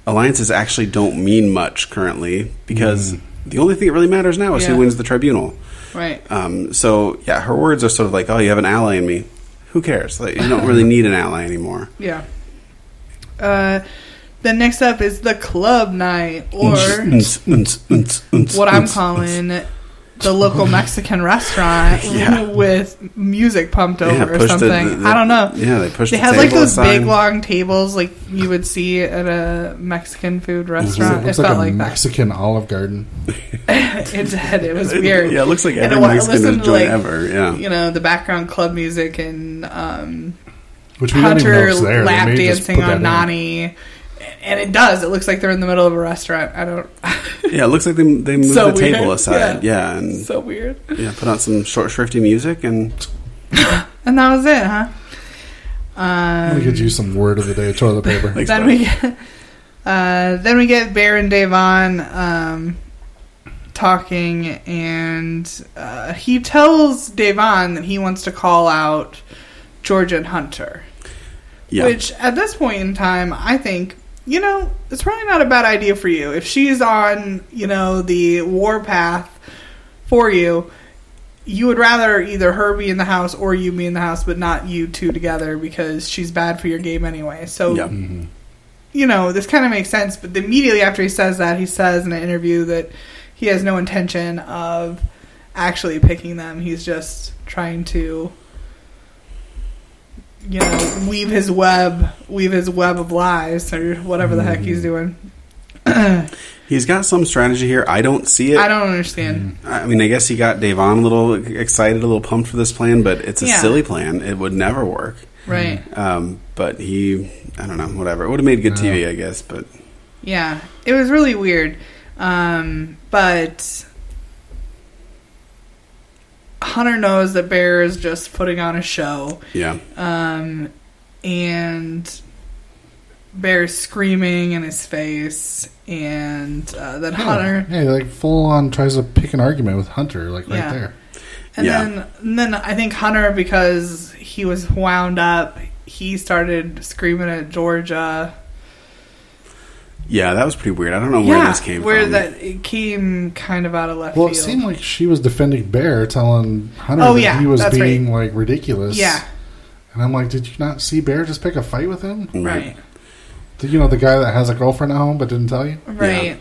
Speaker 1: alliances actually don't mean much currently because the only thing that really matters now is
Speaker 4: Mm-hmm. Yeah.
Speaker 1: who wins the tribunal.
Speaker 4: right.
Speaker 1: Um, so yeah, her words are sort of like, "Oh, you have an ally in me. Who cares? Like, you don't really need an ally anymore."
Speaker 4: Yeah. Uh, then next up is the club night, or. what
Speaker 1: what
Speaker 4: I'm calling the local Mexican restaurant
Speaker 1: Yeah.
Speaker 4: with music pumped over or something. I don't know.
Speaker 1: Yeah, they pushed.
Speaker 4: They
Speaker 1: the
Speaker 4: had like
Speaker 1: table
Speaker 4: those
Speaker 1: aside.
Speaker 4: big long tables like you would see at a Mexican food
Speaker 3: It
Speaker 4: restaurant. It
Speaker 3: looks like a
Speaker 4: felt like that.
Speaker 3: Mexican Olive Garden.
Speaker 4: It did. It was weird.
Speaker 1: Yeah, it looks like
Speaker 4: And
Speaker 1: every
Speaker 4: wa-
Speaker 1: Mexican
Speaker 4: listened to,
Speaker 1: joint ever. Yeah,
Speaker 4: You know, the background club music and um,
Speaker 3: Which we don't even know
Speaker 4: Hunter
Speaker 3: is there. They
Speaker 4: lap
Speaker 3: may just
Speaker 4: dancing
Speaker 3: put that
Speaker 4: on
Speaker 3: in.
Speaker 4: Nani. And it does. It looks like they're in the middle of a restaurant. I don't.
Speaker 1: Yeah, it looks like they, they moved
Speaker 4: So
Speaker 1: the table
Speaker 4: weird.
Speaker 1: aside. Yeah, and
Speaker 4: so weird.
Speaker 1: yeah, put on some short shrifty music and
Speaker 4: And that was it, huh? Um,
Speaker 3: We could use some word of the day toilet paper.
Speaker 1: Thanks,
Speaker 4: then
Speaker 1: bud.
Speaker 4: we get, uh, then we get Baron Davon um, talking, and uh, he tells Davon that he wants to call out Georgian Hunter.
Speaker 1: yeah,
Speaker 4: Which at this point in time, I think you know it's probably not a bad idea for you if she's on you know the war path for you. You would rather either her be in the house or you be in the house, but not you two together because she's bad for your game anyway. So
Speaker 1: yeah,
Speaker 4: you know, this kind of makes sense. But immediately after he says that, he says in an interview that he has no intention of actually picking them. He's just trying to, you know, weave his web, weave his web of lies or whatever the heck he's doing.
Speaker 1: he's got some strategy here. I don't see it.
Speaker 4: I don't understand.
Speaker 1: I mean, I guess he got Davon a little excited, a little pumped for this plan, but it's a
Speaker 4: Yeah.
Speaker 1: silly plan. It would never work.
Speaker 4: Right.
Speaker 1: Um, but he, I don't know, whatever. It would have made good TV, I guess. But
Speaker 4: Yeah, it was really weird. Um, but Hunter knows that Bear is just putting on a show.
Speaker 1: yeah,
Speaker 4: Um, and Bear's screaming in his face, and uh,
Speaker 1: Oh.
Speaker 4: then Hunter,
Speaker 3: Yeah, he, like full on tries to pick an argument with Hunter, like right
Speaker 4: Yeah.
Speaker 3: there.
Speaker 4: and
Speaker 1: Yeah.
Speaker 4: then and then I think Hunter because he was wound up, he started screaming at Georgia.
Speaker 1: yeah, that was pretty weird. I don't know where
Speaker 4: yeah,
Speaker 1: this came
Speaker 4: where
Speaker 1: from.
Speaker 4: that it came kind of out of left
Speaker 3: Well, it
Speaker 4: field.
Speaker 3: seemed like she was defending Bear, telling Hunter
Speaker 4: Oh,
Speaker 3: that
Speaker 4: yeah,
Speaker 3: he was
Speaker 4: that's
Speaker 3: being like ridiculous.
Speaker 4: yeah,
Speaker 3: and I'm like, did you not see Bear just pick a fight with him?
Speaker 4: right,
Speaker 3: Did you know the guy that has a girlfriend at home but didn't tell you?
Speaker 4: right,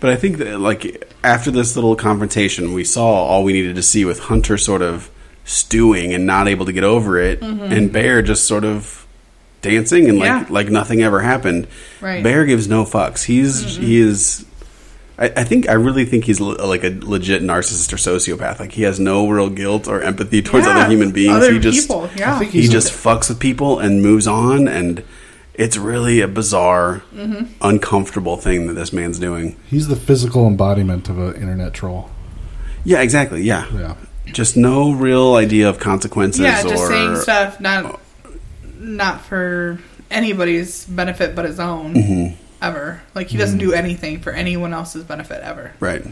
Speaker 1: But I think that like after this little confrontation, we saw all we needed to see with Hunter sort of stewing and not able to get over it, and Bear just sort of dancing and like
Speaker 4: Mm-hmm. Yeah.
Speaker 1: like nothing ever happened.
Speaker 4: Right. Mm-hmm.
Speaker 1: Bear gives no fucks. He's he is. I, I think I really think he's l- like a legit narcissist or sociopath. Like he has no real guilt or empathy towards
Speaker 4: Yeah,
Speaker 1: other human beings.
Speaker 4: other
Speaker 1: he just
Speaker 4: people, yeah. I think
Speaker 1: he
Speaker 3: he's a-
Speaker 1: just fucks with people and moves on. And it's really a bizarre,
Speaker 4: Mm-hmm.
Speaker 1: uncomfortable thing that this man's doing.
Speaker 3: He's the physical embodiment of an internet troll.
Speaker 1: Yeah, exactly. Yeah,
Speaker 3: Yeah.
Speaker 1: just no real idea of consequences.
Speaker 4: yeah,
Speaker 1: or uh,
Speaker 4: just saying stuff not not for anybody's benefit but his own
Speaker 1: Mm-hmm.
Speaker 4: ever. Like he doesn't do anything for anyone else's benefit ever.
Speaker 1: right.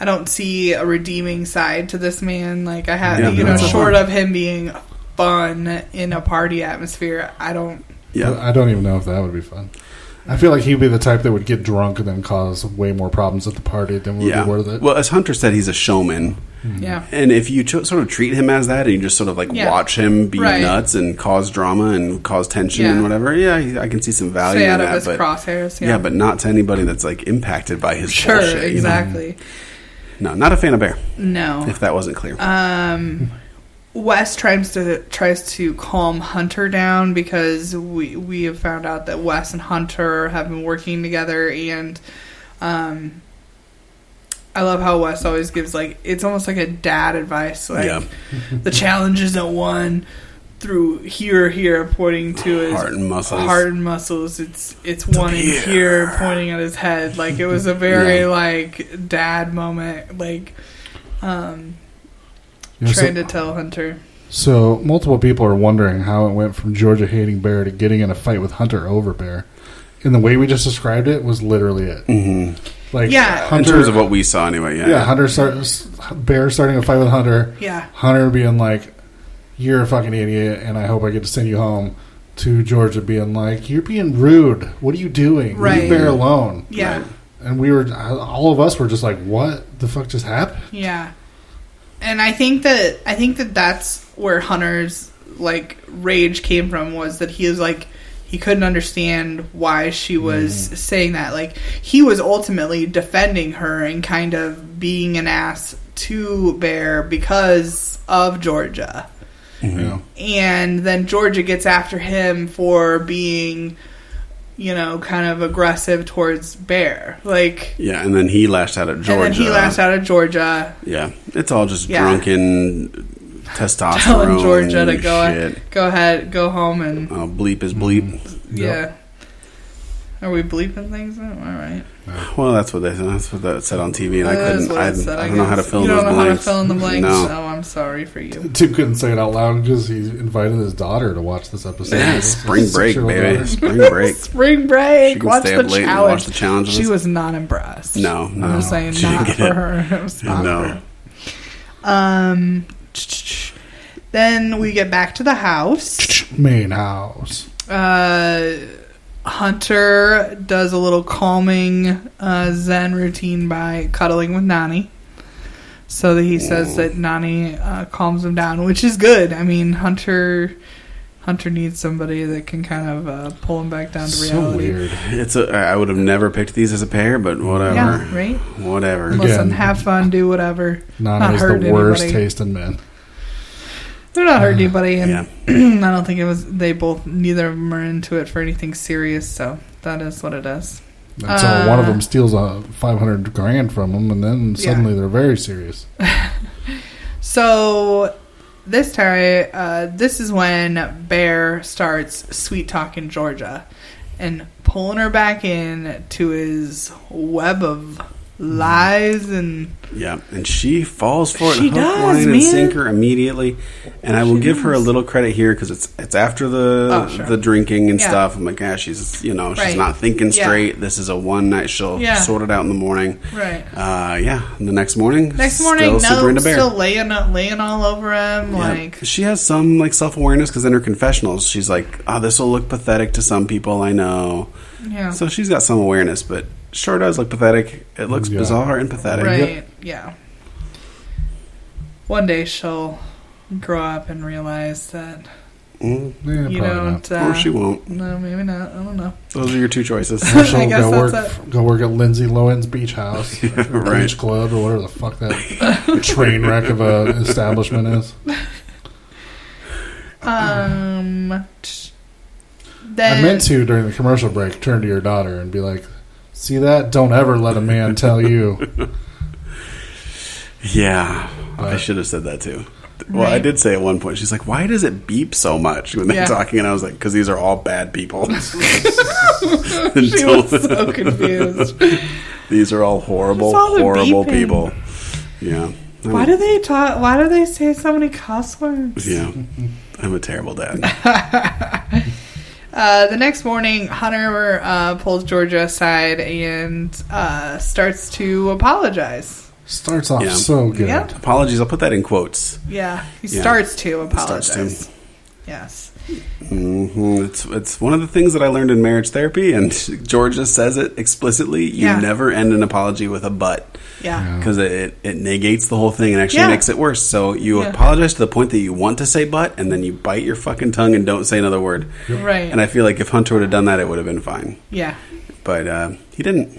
Speaker 4: I don't see a redeeming side to this man. Like I have,
Speaker 1: Yeah,
Speaker 4: you know,
Speaker 1: that's the
Speaker 4: short
Speaker 1: fun.
Speaker 4: of him being fun in a party atmosphere, I don't.
Speaker 1: Yeah,
Speaker 3: I I don't even know if that would be fun. I feel like he'd be the type that would get drunk and then cause way more problems at the party than would
Speaker 1: yeah.
Speaker 3: be worth it.
Speaker 1: Well, as Hunter said, he's a showman.
Speaker 4: Yeah,
Speaker 1: And if you cho- sort of treat him as that, and you just sort of like
Speaker 4: Yeah.
Speaker 1: watch him be
Speaker 4: Right.
Speaker 1: nuts and cause drama and cause tension
Speaker 4: Yeah.
Speaker 1: and whatever, yeah, he- I can see some value
Speaker 4: stay
Speaker 1: in
Speaker 4: out of
Speaker 1: that.
Speaker 4: his
Speaker 1: but
Speaker 4: crosshairs.
Speaker 1: yeah.
Speaker 4: Yeah,
Speaker 1: but not to anybody that's like impacted by his
Speaker 4: sure,
Speaker 1: bullshit, you know?
Speaker 4: exactly.
Speaker 1: No, not a fan of Bear.
Speaker 4: No,
Speaker 1: If that wasn't clear,
Speaker 4: Um, Wes tries to tries to calm Hunter down because we we have found out that Wes and Hunter have been working together and um I love how Wes always gives like it's almost like a dad advice like
Speaker 1: Yeah.
Speaker 4: the challenge isn't won through here here pointing to his
Speaker 1: Heart and muscles.
Speaker 4: heart and muscles it's it's one in here pointing at his head like it was a very
Speaker 1: Yeah.
Speaker 4: like dad moment like um
Speaker 3: You know, so-
Speaker 4: trying to tell Hunter
Speaker 3: So multiple people are wondering how it went from Georgia hating Bear to getting in a fight with Hunter over Bear, and the way we just described it was literally it. Mm-hmm. Like
Speaker 4: Yeah. In
Speaker 1: in
Speaker 3: Hunter,
Speaker 1: terms of what we saw, anyway, yeah,
Speaker 3: yeah, Hunter starts Bear starting a fight with Hunter.
Speaker 4: Yeah.
Speaker 3: Hunter being like, "You're a fucking idiot," and I hope I get to send you home. To Georgia being like, "You're being rude. What are you doing?
Speaker 4: Right.
Speaker 3: Leave Bear alone."
Speaker 4: yeah
Speaker 1: Right.
Speaker 3: And we were all of us were just like, "What the fuck just happened?"
Speaker 4: Yeah. And I think that I think that that's where Hunter's like rage came from was that he was like he couldn't understand why she was saying that. Like he was ultimately defending her and kind of being an ass to Bear because of Georgia.
Speaker 1: Mm-hmm.
Speaker 3: You know?
Speaker 4: And then Georgia gets after him for being you know, kind of aggressive towards Bear. Like
Speaker 1: yeah. And then he lashed out at Georgia.
Speaker 4: and then he lashed out at Georgia
Speaker 1: Yeah, it's all just
Speaker 4: Yeah.
Speaker 1: drunken testosterone.
Speaker 4: telling Georgia to go
Speaker 1: Shit.
Speaker 4: go ahead, go home, and
Speaker 1: Oh, bleep is bleep.
Speaker 3: Mm-hmm. Yep.
Speaker 4: yeah. Are we bleeping things? now? All right.
Speaker 1: Well, that's what they, that's what that said on TV, and I
Speaker 4: That is
Speaker 1: couldn't.
Speaker 4: what
Speaker 1: I,
Speaker 4: it said,
Speaker 1: I don't know how to
Speaker 4: guess.
Speaker 1: fill
Speaker 4: You
Speaker 1: in
Speaker 4: don't
Speaker 1: those
Speaker 4: know
Speaker 1: blanks.
Speaker 4: how to fill in the blanks.
Speaker 1: No.
Speaker 4: Oh, I'm sorry for you.
Speaker 3: Tim couldn't say it out loud because he invited his daughter to watch this episode.
Speaker 1: Yeah,
Speaker 3: His
Speaker 1: spring break,
Speaker 3: six-year-old
Speaker 1: baby.
Speaker 3: daughter.
Speaker 1: Spring break.
Speaker 4: Spring
Speaker 1: She
Speaker 4: break.
Speaker 1: can
Speaker 4: Watch
Speaker 1: stay
Speaker 4: the,
Speaker 1: up late and
Speaker 4: challenge.
Speaker 1: watch the challenge with
Speaker 4: She
Speaker 1: us.
Speaker 4: was not impressed.
Speaker 1: No, no.
Speaker 4: I'm just saying
Speaker 1: She didn't
Speaker 4: not
Speaker 1: get
Speaker 4: for
Speaker 1: it.
Speaker 4: her. It was not for
Speaker 1: No.
Speaker 4: her. Um. Then we get back to the house.
Speaker 3: Main house.
Speaker 4: Uh, Hunter does a little calming uh, Zen routine by cuddling with Nani. So that he says that Nani uh, calms him down, which is good. I mean, Hunter Hunter needs somebody that can kind of uh, pull him back down to
Speaker 3: So
Speaker 4: reality.
Speaker 3: weird.
Speaker 1: It's a. I would have never picked these as a pair, but whatever.
Speaker 4: Yeah, right.
Speaker 1: Whatever.
Speaker 3: Again.
Speaker 4: Listen, have fun, do whatever.
Speaker 3: Nana is
Speaker 4: hurt
Speaker 3: the worst
Speaker 4: anybody.
Speaker 3: taste in men.
Speaker 4: They're not hurt anybody, and
Speaker 1: Yeah.
Speaker 4: I don't think it was. They both, neither of them, are into it for anything serious. So that is what it is.
Speaker 3: Until
Speaker 4: Uh,
Speaker 3: one of them steals a five hundred grand from them, and then
Speaker 4: Yeah.
Speaker 3: suddenly they're very serious.
Speaker 4: So this time, uh, this is when Bear starts sweet talking Georgia and pulling her back in to his web of lies and
Speaker 1: Yeah, and she falls for it.
Speaker 4: She
Speaker 1: hook,
Speaker 4: does,
Speaker 1: line,
Speaker 4: man.
Speaker 1: and sinker immediately. And I will give her a little credit here because it's it's after the
Speaker 4: Oh, sure.
Speaker 1: the drinking and
Speaker 4: Yeah.
Speaker 1: stuff. I'm like, ah, she's you know she's
Speaker 4: Right.
Speaker 1: not thinking
Speaker 4: Yeah.
Speaker 1: straight. This is a one night. She'll
Speaker 4: Yeah.
Speaker 1: sort it out in the morning.
Speaker 4: right.
Speaker 1: Uh, yeah. The next morning.
Speaker 4: Next
Speaker 1: still
Speaker 4: morning,
Speaker 1: super
Speaker 4: no,
Speaker 1: into bear.
Speaker 4: still laying laying all over him,
Speaker 1: Yeah.
Speaker 4: like
Speaker 1: she has some like self awareness because in her confessionals she's like, "Oh, this will look pathetic to some people I know."
Speaker 4: yeah,
Speaker 1: So she's got some awareness, but sure does look pathetic. It looks
Speaker 3: Yeah.
Speaker 1: bizarre and pathetic.
Speaker 4: right, yeah. One day she'll grow up and realize that
Speaker 1: Mm,
Speaker 3: Yeah, probably
Speaker 4: you don't.
Speaker 3: not.
Speaker 4: Uh,
Speaker 1: or she won't.
Speaker 4: no, maybe not. I don't know.
Speaker 1: Those are your two choices.
Speaker 3: Or she'll
Speaker 4: I guess
Speaker 3: go
Speaker 4: that's
Speaker 3: work, go work at Lindsay Lohan's beach house, or
Speaker 1: right.
Speaker 3: beach club, or whatever the fuck that train wreck of a establishment is.
Speaker 4: Um.
Speaker 3: I
Speaker 4: Then
Speaker 1: Uh-uh.
Speaker 4: Um,
Speaker 3: meant to during the commercial break turn to your daughter and be like, See that? Don't ever let a man tell you.
Speaker 1: Yeah, I should have said that too. Well, I
Speaker 4: Right.
Speaker 1: did say at one point, she's like, "Why does it beep so much when they're
Speaker 4: Yeah.
Speaker 1: talking?" And I was like, "Because these are all bad people.
Speaker 4: She
Speaker 1: Until-
Speaker 4: was so confused.
Speaker 1: these are all horrible,
Speaker 4: Just all the
Speaker 1: horrible
Speaker 4: beeping.
Speaker 1: people." Yeah. I'm
Speaker 4: Why
Speaker 1: a-
Speaker 4: do they talk? Why do they say so many cuss words?
Speaker 1: Yeah, I'm a terrible dad.
Speaker 4: Uh, the next morning, Hunter uh, pulls Georgia aside and uh, starts to apologize.
Speaker 3: Starts off
Speaker 1: Yeah.
Speaker 3: so good.
Speaker 4: Yeah.
Speaker 1: Apologies. I'll put that in quotes.
Speaker 4: Yeah, he
Speaker 1: Yeah.
Speaker 4: starts to apologize.
Speaker 1: Starts to.
Speaker 4: Yes.
Speaker 1: hmm It's it's one of the things that I learned in marriage therapy, and Georgia says it explicitly. You
Speaker 4: Yeah.
Speaker 1: never end an apology with a but.
Speaker 4: Yeah.
Speaker 1: because it, it, it negates the whole thing and actually
Speaker 4: Yeah.
Speaker 1: makes it worse. So you
Speaker 4: Yeah.
Speaker 1: apologize to the point that you want to say "but," and then you bite your fucking tongue and don't say another word.
Speaker 4: Right.
Speaker 1: And I feel like if Hunter would have done that, it would have been fine.
Speaker 4: yeah.
Speaker 1: But uh, he didn't.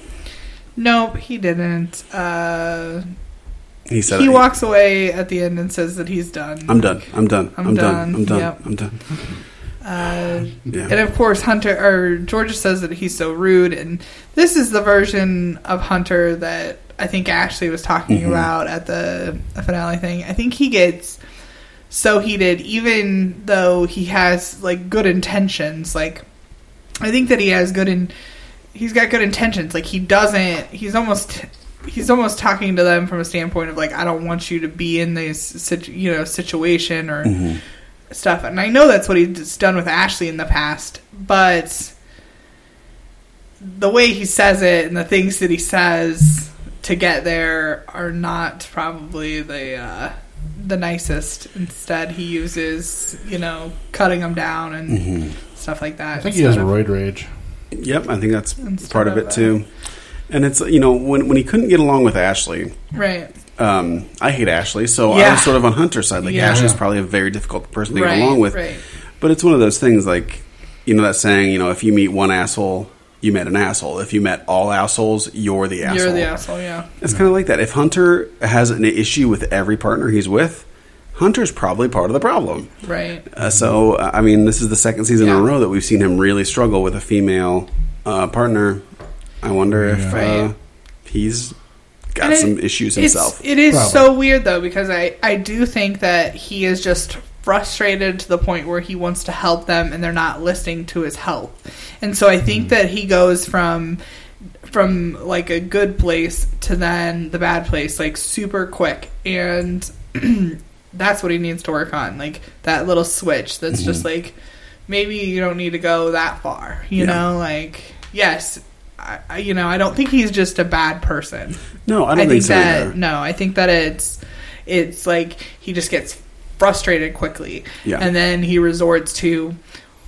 Speaker 4: Nope, he didn't. Uh,
Speaker 1: He said,
Speaker 4: he
Speaker 1: it.
Speaker 4: walks away at the end and says that he's done.
Speaker 1: "I'm done. I'm done.
Speaker 4: I'm
Speaker 1: I'm, done.
Speaker 4: done.
Speaker 1: I'm done.
Speaker 4: Yep.
Speaker 1: I'm done."
Speaker 4: Uh,
Speaker 1: Yeah.
Speaker 4: And of course, Hunter or Georgia says that he's so rude, and this is the version of Hunter that I think Ashley was talking about at the finale thing. I think he gets so heated, even though he has like good intentions. Like, I think that he has good in he's got good intentions. Like, he doesn't. He's almost. He's almost talking to them from a standpoint of like, I don't want you to be in this, situ- you know, situation
Speaker 1: Mm-hmm.
Speaker 4: or stuff. And I know that's what he's done with Ashley in the past, but the way he says it and the things that he says to get there are not probably the uh, the nicest. Instead, he uses you know cutting them down and
Speaker 1: Mm-hmm.
Speaker 4: stuff like that.
Speaker 3: I think he has
Speaker 4: instead of-
Speaker 3: roid rage.
Speaker 1: Yep. I think that's
Speaker 4: Instead
Speaker 1: part of
Speaker 4: of
Speaker 1: it
Speaker 4: that.
Speaker 1: too. And it's you know when when he couldn't get along with Ashley,
Speaker 4: right.
Speaker 1: um, I hate Ashley, so I
Speaker 4: Yeah.
Speaker 1: was sort of on Hunter's side. Like
Speaker 4: Yeah.
Speaker 1: Ashley's probably a very difficult person to get
Speaker 4: Right,
Speaker 1: along with.
Speaker 4: right.
Speaker 1: But it's one of those things like you know that saying, you know, if you meet one asshole, you met an asshole. If you met all assholes, you're the asshole.
Speaker 4: You're the asshole. Yeah.
Speaker 1: It's kind of like that. If Hunter has an issue with every partner he's with, Hunter's probably part of the problem.
Speaker 4: Right.
Speaker 1: Uh, so uh, I mean, this is the second season in a
Speaker 4: Yeah.
Speaker 1: row that we've seen him really struggle with a female uh, partner. I wonder if uh,
Speaker 4: Right.
Speaker 1: he's got
Speaker 4: And it-
Speaker 1: some issues
Speaker 4: it's-
Speaker 1: himself.
Speaker 4: It is
Speaker 3: Probably.
Speaker 4: so weird though because I I do think that he is just frustrated to the point where he wants to help them and they're not listening to his help. And so I think that he goes from from like a good place to then the bad place like super quick and that's what he needs to work on like that little switch that's just like maybe you don't need to go that far you
Speaker 1: Yeah.
Speaker 4: know like yes I, I- you know i don't think he's just a bad person
Speaker 1: no, I
Speaker 4: I
Speaker 1: don't
Speaker 4: think,
Speaker 1: think, so.
Speaker 4: that
Speaker 1: either.
Speaker 4: no, I think that it's it's like he just gets frustrated quickly,
Speaker 1: Yeah.
Speaker 4: and then he resorts to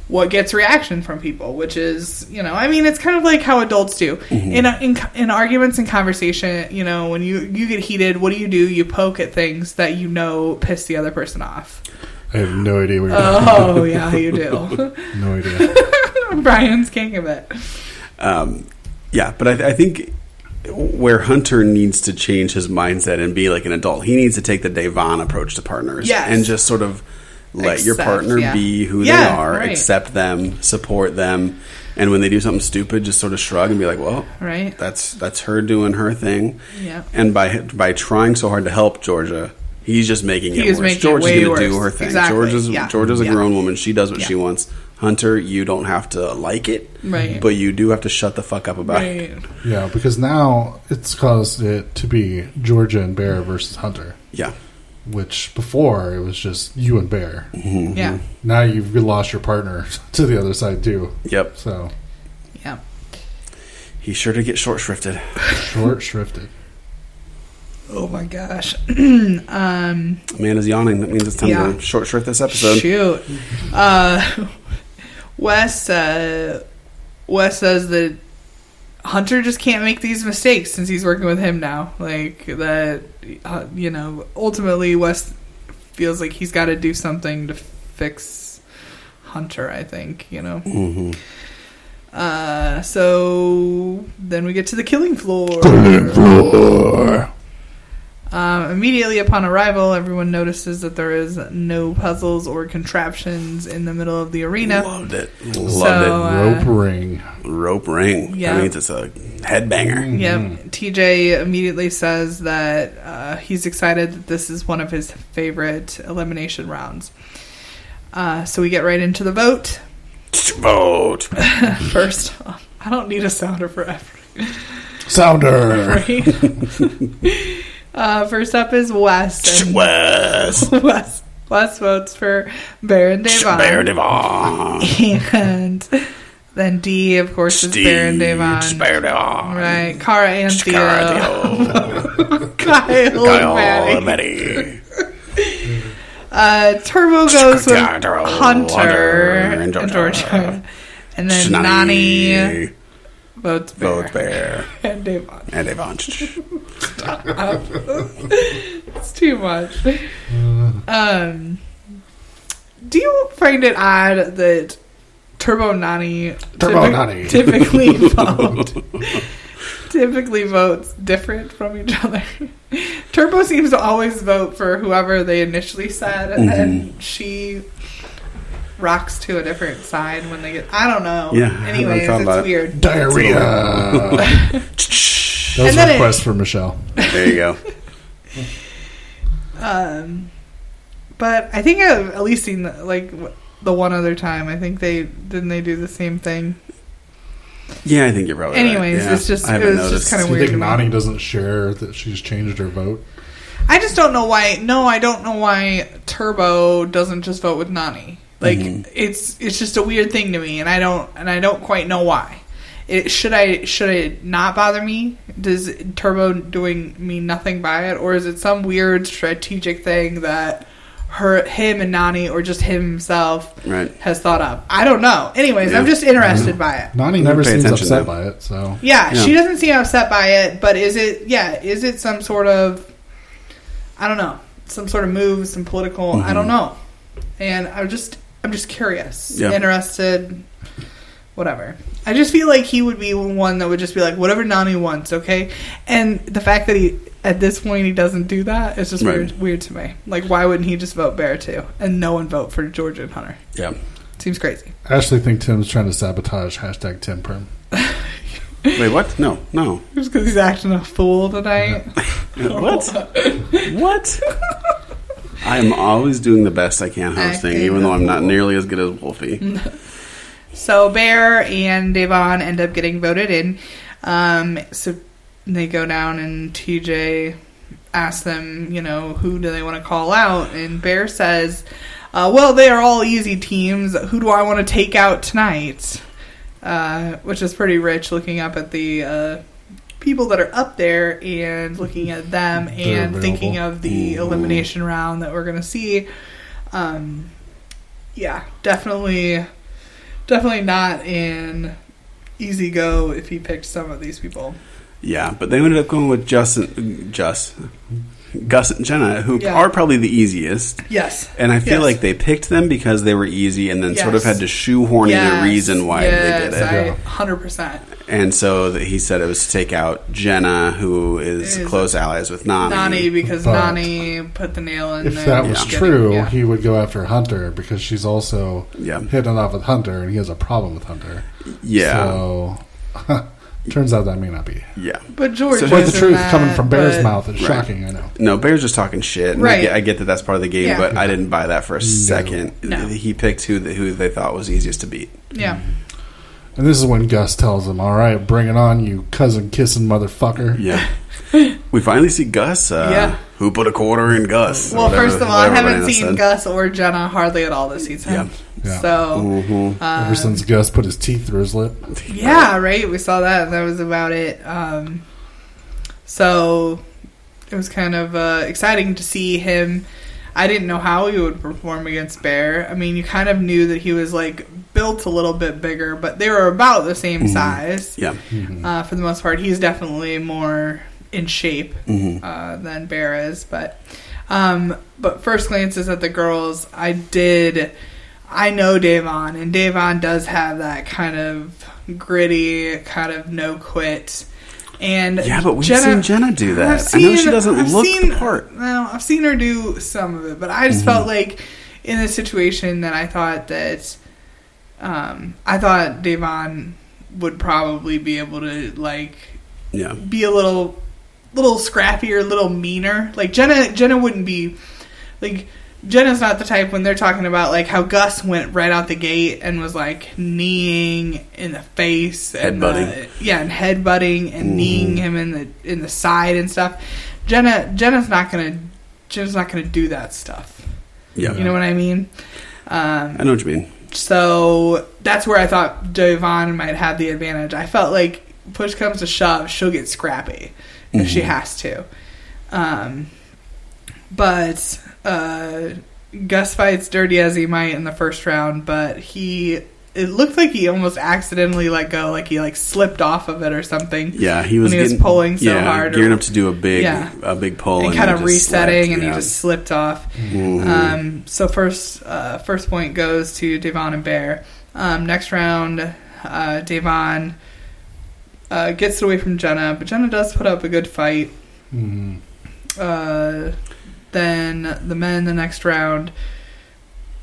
Speaker 4: what gets reaction from people, which is you know, I mean, it's kind of like how adults do
Speaker 1: Mm-hmm.
Speaker 4: in, in in arguments and conversation. You know, when you you get heated, what do you do? You poke at things that you know piss the other person off.
Speaker 3: I have no idea what you're
Speaker 4: Oh yeah, you do.
Speaker 3: No idea.
Speaker 4: Brian's king of it.
Speaker 1: Um, yeah, but I, I think where Hunter needs to change his mindset and be like an adult, he needs to take the Devon approach to partners.
Speaker 4: Yes.
Speaker 1: And just sort of let your
Speaker 4: Accept,
Speaker 1: partner
Speaker 4: yeah.
Speaker 1: be who they
Speaker 4: Yeah,
Speaker 1: are,
Speaker 4: right.
Speaker 1: accept them, support them. And when they do something stupid, just sort of shrug and be like, well,
Speaker 4: Right.
Speaker 1: that's that's her doing her thing.
Speaker 4: Yeah.
Speaker 1: And by by trying so hard to help Georgia, he's just making
Speaker 4: He
Speaker 1: it
Speaker 4: is
Speaker 1: worse.
Speaker 4: making it
Speaker 1: Georgia's
Speaker 4: way
Speaker 1: gonna do
Speaker 4: worse.
Speaker 1: her thing.
Speaker 4: Exactly,
Speaker 1: Georgia's
Speaker 4: yeah,
Speaker 1: Georgia's a
Speaker 4: yeah.
Speaker 1: grown woman. She does what
Speaker 4: Yeah.
Speaker 1: she wants. Hunter, you don't have to like it,
Speaker 4: Right.
Speaker 1: but you do have to shut the fuck up about it.
Speaker 4: Right.
Speaker 3: yeah, because now it's caused it to be Georgia and Bear versus Hunter,
Speaker 1: Yeah.
Speaker 3: which before it was just you and Bear.
Speaker 4: Mm-hmm.
Speaker 1: Mm-hmm.
Speaker 4: Yeah.
Speaker 3: Now you've lost your partner to the other side too.
Speaker 1: Mm-hmm. Yep.
Speaker 3: So
Speaker 4: Yeah.
Speaker 1: He's sure to get short shrifted.
Speaker 3: short shrifted.
Speaker 4: Oh my gosh. um.
Speaker 1: Amanda's yawning. That means it's time
Speaker 4: Yeah.
Speaker 1: to short shrift this episode.
Speaker 4: Shoot. Uh, Wes, uh, Wes says that Hunter just can't make these mistakes since he's working with him now. Like, that, uh, you know, ultimately Wes feels like he's got to do something to fix Hunter, I think, you know.
Speaker 1: hmm
Speaker 4: Uh, so then we get to the killing floor. Um, immediately upon arrival, everyone notices that there is no puzzles or contraptions in the middle of the arena.
Speaker 1: Loved it. Loved
Speaker 4: So, uh,
Speaker 3: Rope ring.
Speaker 1: it. Rope ring.
Speaker 4: yeah.
Speaker 1: That means it's a headbanger.
Speaker 4: Yep. TJ immediately says that uh, he's excited that this is one of his favorite elimination rounds. Uh, so we get right into the vote.
Speaker 1: Vote.
Speaker 4: First, off, I don't need a sounder for every.
Speaker 3: Sounder.
Speaker 4: uh, first up is West. and
Speaker 1: West.
Speaker 4: West, West votes for Baron Devon.
Speaker 1: Bear Devon.
Speaker 4: And then D, of course, is Baron Devon.
Speaker 1: Bear Devon.
Speaker 4: Right. Kara and Theo.
Speaker 1: Cardio.
Speaker 4: Kyle, and Maddie.
Speaker 1: Kyle Betty.
Speaker 4: Uh, Turbo goes with
Speaker 1: Hunter
Speaker 4: Hunter and
Speaker 1: and
Speaker 4: Georgia.
Speaker 1: Georgia.
Speaker 4: And then Nani
Speaker 1: Nani.
Speaker 4: votes Bear.
Speaker 1: Vote Bear.
Speaker 4: And Devon.
Speaker 1: And Devon.
Speaker 4: It's too much. Um, do you find it odd that Turbo Nani,
Speaker 3: Turbo Nani.
Speaker 4: typically vote, typically votes different from each other? Turbo seems to always vote for whoever they initially said, and
Speaker 1: Mm-hmm.
Speaker 4: then she rocks to a different side when they get. I don't know.
Speaker 1: Yeah, I haven't
Speaker 4: Anyways,
Speaker 1: thought
Speaker 4: it's
Speaker 1: about it.
Speaker 4: weird.
Speaker 3: Diarrhea. that was
Speaker 4: And
Speaker 3: a
Speaker 4: then it-
Speaker 3: request for Michelle.
Speaker 1: There you go.
Speaker 4: Um, but I think I've at least seen like w- the one other time. I think they didn't they do the same thing.
Speaker 1: Yeah, I think you're probably.
Speaker 4: Anyways,
Speaker 1: right. Yeah,
Speaker 4: it's just-
Speaker 1: I haven't
Speaker 4: it was just
Speaker 1: noticed.
Speaker 4: kinda
Speaker 3: Do you
Speaker 4: weird
Speaker 3: think
Speaker 4: to me.
Speaker 3: Nani doesn't share that she's changed her vote?
Speaker 4: I just don't know why. No, I don't know why Turbo doesn't just vote with Nani. Like
Speaker 1: Mm-hmm.
Speaker 4: it's it's just a weird thing to me, and I don't and I don't quite know why. It, should I should it not bother me? Does Turbo doing me nothing by it, or is it some weird strategic thing that her him and Nani or just him himself
Speaker 1: Right.
Speaker 4: has thought up? I don't know. Anyways, I'm
Speaker 1: Yeah. Mm-hmm.
Speaker 4: just interested by it.
Speaker 3: Nani
Speaker 1: Never
Speaker 3: never
Speaker 1: pay
Speaker 3: seems
Speaker 1: attention,
Speaker 3: upset
Speaker 1: though.
Speaker 3: by it, so.
Speaker 4: Yeah,
Speaker 1: Yeah.
Speaker 4: she doesn't seem upset by it, but is it? Yeah, is it some sort of? I don't know, some sort of move, some political. I don't know, and I'm just, I'm just curious,
Speaker 1: Yeah.
Speaker 4: interested, whatever. I just feel like he would be one that would just be like, whatever Nani wants, okay. And the fact that he at this point he doesn't do that is just
Speaker 1: Right.
Speaker 4: weird, weird to me. Like, why wouldn't he just vote Bear too, and no one vote for Georgia and Hunter?
Speaker 1: Yeah.
Speaker 4: Seems crazy.
Speaker 3: I actually think Tim's trying to sabotage hashtag Tim Perm.
Speaker 1: Wait, what? No, no. Uh,
Speaker 4: Just because he's acting a fool tonight.
Speaker 1: What? what? I am always doing the best I can hosting,
Speaker 4: Acting
Speaker 1: even though I'm
Speaker 4: the
Speaker 1: not
Speaker 4: fool. Mm-hmm.
Speaker 1: nearly as good as Wolfie.
Speaker 4: So Bear and Devon end up getting voted in. Um, so they go down, and TJ asks them, you know, who do they want to call out? And Bear says, uh, "Well, they are all easy teams. Who do I want to take out tonight?" Uh, which is pretty rich, looking up at the uh, people that are up there and looking at them and
Speaker 3: available.
Speaker 4: thinking of the elimination round that we're going to see. Um, yeah, definitely definitely not in easy go if he picked some of these people.
Speaker 1: Yeah, but they ended up going with Justin, Just, Gus, and Jenna, who
Speaker 4: Yeah.
Speaker 1: are probably the easiest.
Speaker 4: Yes.
Speaker 1: And I feel
Speaker 4: Yes.
Speaker 1: like they picked them because they were easy, and then sort of
Speaker 4: Yes.
Speaker 1: had to shoehorn in
Speaker 4: Yes,
Speaker 1: the reason why they did it.
Speaker 4: yes, I-
Speaker 3: Yeah.
Speaker 4: 100%.
Speaker 1: And so that he said it was to take out Jenna, who is,
Speaker 4: Is-
Speaker 1: close allies with Nani.
Speaker 4: Nani, because
Speaker 3: But
Speaker 4: Nani put the nail in
Speaker 3: If
Speaker 4: the
Speaker 3: that was
Speaker 4: skinny,
Speaker 3: true,
Speaker 4: yeah.
Speaker 3: he would go after Hunter because she's also
Speaker 1: Yeah.
Speaker 3: hitting it off with Hunter, and he has a problem with Hunter.
Speaker 1: Yeah,
Speaker 3: So turns out that may not be.
Speaker 1: yeah.
Speaker 4: But George.
Speaker 1: So-
Speaker 3: But
Speaker 1: Isn't
Speaker 3: the truth coming from Bear's
Speaker 4: but-
Speaker 3: mouth is
Speaker 1: Right.
Speaker 3: shocking. I know.
Speaker 1: No, Bear's just talking shit. And
Speaker 4: Right.
Speaker 1: I, get, I get that that's part of the game,
Speaker 4: Yeah.
Speaker 1: but I didn't buy that for a second.
Speaker 4: No.
Speaker 1: He picked who the, who they thought was easiest to beat.
Speaker 4: Yeah.
Speaker 3: And this is when Gus tells him, "All right, bring it on, you cousin kissing motherfucker."
Speaker 1: Yeah. we finally see Gus. Uh,
Speaker 4: Yeah.
Speaker 1: Who put a quarter in Gus? or
Speaker 4: Well,
Speaker 1: whatever-
Speaker 4: first of all, I
Speaker 1: whatever
Speaker 4: haven't
Speaker 1: Brandon
Speaker 4: seen
Speaker 1: said.
Speaker 4: Gus or Jenna hardly at all this season.
Speaker 1: Yeah.
Speaker 3: Yeah.
Speaker 4: So,
Speaker 3: Ever since Gus put his teeth through his lip,
Speaker 4: yeah, right? We saw that. That was about it. Um, so, it was kind of uh, exciting to see him. I didn't know how he would perform against Bear. I mean, you kind of knew that he was like built a little bit bigger, but they were about the same size
Speaker 1: Yeah.
Speaker 4: uh, for the most part. He's definitely more in shape
Speaker 1: Mm-hmm.
Speaker 4: uh, than Bear is, but um, but first glances at the girls, I did. I know Davon, and Davon does have that kind of gritty, kind of no quit And
Speaker 1: Yeah, but we've seen Jenna do that.
Speaker 4: I've
Speaker 1: I know she
Speaker 4: seen-
Speaker 1: doesn't
Speaker 4: I've
Speaker 1: look
Speaker 4: seen,
Speaker 1: the part. Mm-hmm.
Speaker 4: Well, I've seen her do some of it, but I just felt like in this situation that I thought that um, I thought Devon would probably be able to like
Speaker 1: Yeah.
Speaker 4: be a little little scrappier, a little meaner. Like Jenna Jenna wouldn't be like Jenna's not the type when they're talking about like how Gus went right out the gate and was like kneeing in the face and
Speaker 1: Headbutting.
Speaker 4: uh, yeah, and headbutting and kneeing him in the in the side and stuff. Jenna Jenna's not gonna Jenna's not gonna do that stuff.
Speaker 1: Yeah.
Speaker 4: You know what I mean? Um
Speaker 1: I know what you mean.
Speaker 4: so that's where I thought Devon might have the advantage. I felt like push comes to shove, she'll get scrappy
Speaker 1: Mm-hmm.
Speaker 4: if she has to. Um, but uh, Gus fights Dirty as he might in the first round, but he it looked like he almost accidentally let go, like he like slipped off of it or something.
Speaker 1: Yeah, he was
Speaker 4: When he was
Speaker 1: getting-
Speaker 4: pulling so
Speaker 1: yeah,
Speaker 4: hard or-
Speaker 1: gearing up to do a big
Speaker 4: Yeah.
Speaker 1: a big pull
Speaker 4: And kind of
Speaker 1: Oh, just
Speaker 4: resetting,
Speaker 1: slipped,
Speaker 4: and
Speaker 1: yeah.
Speaker 4: he just slipped off.
Speaker 1: Mhm.
Speaker 4: Um, so first, uh, first point goes to Devon and Bear. Um, next round, uh, Devon uh, gets it away from Jenna, but Jenna does put up a good fight.
Speaker 3: Mhm.
Speaker 4: Uh, then the men the next round,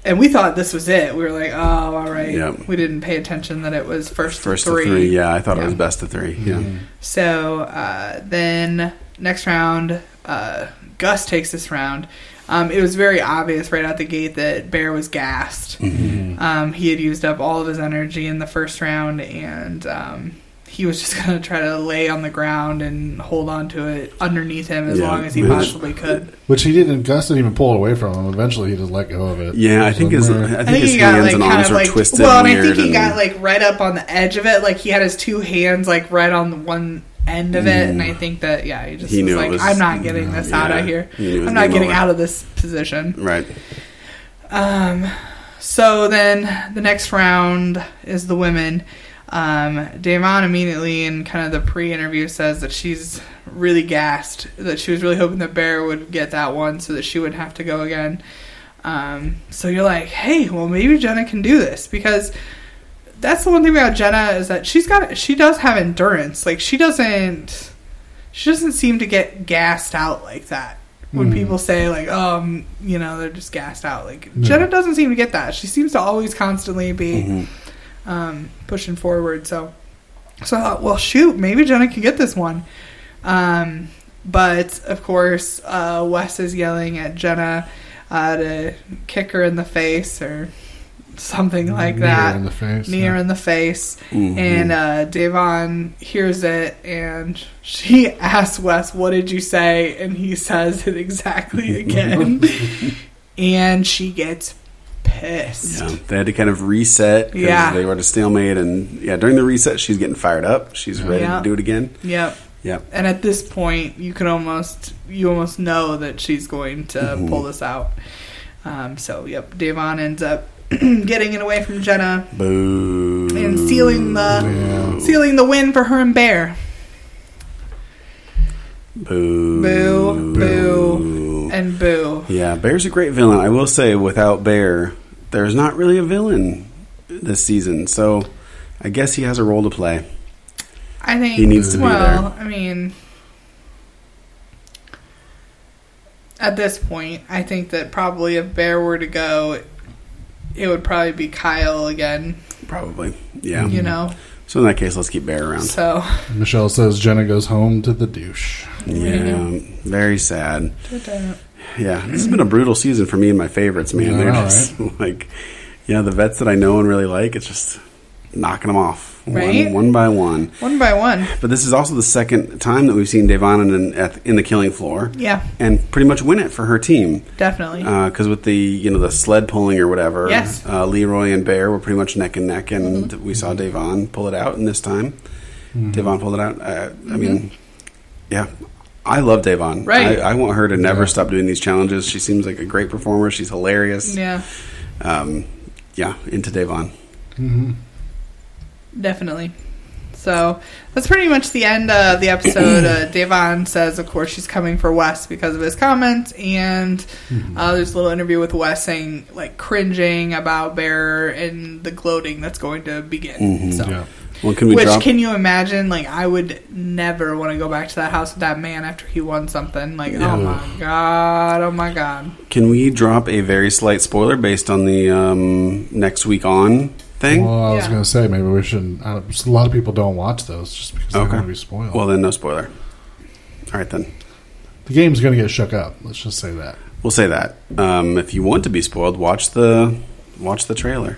Speaker 4: and we thought this was it. We were like, oh, all right.
Speaker 1: Yeah.
Speaker 4: We didn't pay attention that it was first,
Speaker 1: first
Speaker 4: to three.
Speaker 1: to three. Yeah, I thought it
Speaker 4: Yeah.
Speaker 1: was best of three. Yeah.
Speaker 3: Mhm.
Speaker 4: So uh, then next round, uh, Gus takes this round. Um, it was very obvious right out the gate that Bear was gassed.
Speaker 1: Mm-hmm.
Speaker 4: Um, he had used up all of his energy in the first round, and um, he was just going to try to lay on the ground and hold on to it underneath him as
Speaker 1: Yeah,
Speaker 4: long as he
Speaker 1: which-
Speaker 4: possibly could.
Speaker 3: Which he didn't. Gus didn't even pull it away from him. Eventually, he just let go of it.
Speaker 1: Yeah, I think his I think,
Speaker 3: Somewhere.
Speaker 1: his hands and arms are twisted
Speaker 4: well, and
Speaker 1: weird.
Speaker 4: I think he
Speaker 1: and-
Speaker 4: got like right up on the edge of it. Like he had his two hands like right on the one end of it, and I think that yeah, he just
Speaker 1: Mm. He
Speaker 4: was
Speaker 1: knew it
Speaker 4: like,
Speaker 1: was-
Speaker 4: I'm not getting this out
Speaker 1: yeah,
Speaker 4: of here.
Speaker 1: he knew it was
Speaker 4: I'm not
Speaker 1: game
Speaker 4: getting
Speaker 1: over."
Speaker 4: out of this position.
Speaker 1: right.
Speaker 4: Um, so then the next round is the women. Um, Damon immediately in kind of the pre-interview says that she's really gassed, that she was really hoping that Bear would get that one so that she wouldn't have to go again. Um, so you're like, hey, well maybe Jenna can do this because that's the one thing about Jenna is that she's got she does have endurance. Like she doesn't she doesn't seem to get gassed out like that. When
Speaker 3: Mhm.
Speaker 4: people say like, um, you know, they're just gassed out. Like
Speaker 3: No.
Speaker 4: Jenna doesn't seem to get that. She seems to always constantly be
Speaker 3: Mm-hmm.
Speaker 4: um, pushing forward. So, so I thought, well, shoot, maybe Jenna can get this one. Um, but of course, uh, Wes is yelling at Jenna uh, to kick her in the face or something like
Speaker 3: Knee her
Speaker 4: that
Speaker 3: Mm, in the face.
Speaker 4: near
Speaker 3: yeah.
Speaker 4: in the face,
Speaker 1: Mhm.
Speaker 4: and uh, Devon hears it, and she asks Wes, "What did you say?" And he says it exactly again, and she gets pissed.
Speaker 1: Yeah, they had to kind of reset. 'cause
Speaker 4: Yeah.
Speaker 1: they were at a stalemate, and yeah, during the reset, she's getting fired up. She's ready
Speaker 4: Yeah.
Speaker 1: to do it again.
Speaker 4: Yep.
Speaker 1: Yeah,
Speaker 4: And at this point, you can almost you almost know that she's going to pull this out. Um, so, yep, Devon ends up getting it away from Jenna
Speaker 1: boo.
Speaker 4: and sealing the sealing the win for her and Bear.
Speaker 1: boo,
Speaker 4: Boo, boo, and boo.
Speaker 1: Yeah, Bear's a great villain. I will say, without Bear, there's not really a villain this season. So, I guess he has a role to play.
Speaker 4: I think
Speaker 1: He needs to be
Speaker 4: well, I mean at this point, I think that probably if Bear were to go it would probably be Kyle again,
Speaker 1: Probably. Yeah.
Speaker 4: you know.
Speaker 1: So in that case, let's keep Bear around.
Speaker 4: So
Speaker 3: Michelle says Jenna goes home to the douche.
Speaker 1: Yeah. Very sad. Yeah, this has been a brutal season for me and my favorites, man.
Speaker 3: Yeah,
Speaker 1: They're
Speaker 3: I know,
Speaker 1: just like, yeah, the vets that I know and really like, it's just knocking them off
Speaker 4: Right?
Speaker 1: one, one by one.
Speaker 4: One by one.
Speaker 1: But this is also the second time that we've seen Devon in, at, in the killing floor.
Speaker 4: Yeah.
Speaker 1: And pretty much win it for her team.
Speaker 4: Definitely.
Speaker 1: Because Uh, with the you know the sled pulling or whatever,
Speaker 4: Yes. Mm-hmm.
Speaker 1: uh, Leroy and Bear were pretty much neck and neck, and we saw Devon pull it out. And this time, Devon pulled it out. Uh, I mean, yeah, I love Devon.
Speaker 4: Mm-hmm. Right.
Speaker 1: I, I want her to never stop doing these challenges. She seems like a great performer. She's hilarious.
Speaker 4: yeah.
Speaker 1: Um, yeah, into Devon.
Speaker 4: Definitely. So that's pretty much the end of the episode. uh, Devon says, of course, she's coming for Wes because of his comments, and
Speaker 1: Mm-hmm.
Speaker 4: uh, there's a little interview with Wes saying, like, cringing about Bear and the gloating that's going to begin. So,
Speaker 3: Yeah.
Speaker 1: Well, Mm-hmm. can we
Speaker 4: Which
Speaker 1: drop-
Speaker 4: can you imagine? Like I would never want to go back to that house with that man after he won something. Like oh my god, oh my god.
Speaker 1: Can we drop a very slight spoiler based on the um, next week on thing?
Speaker 3: Well, I was
Speaker 4: Yeah.
Speaker 3: going to say maybe we shouldn't. I don't, a lot of people don't watch those just because they're
Speaker 1: Okay.
Speaker 3: going to be spoiled.
Speaker 1: well, then no spoiler. All right, then
Speaker 3: the game's going to get shook up. Let's just say that.
Speaker 1: we'll say that. Um, if you want to be spoiled, watch the watch the trailer.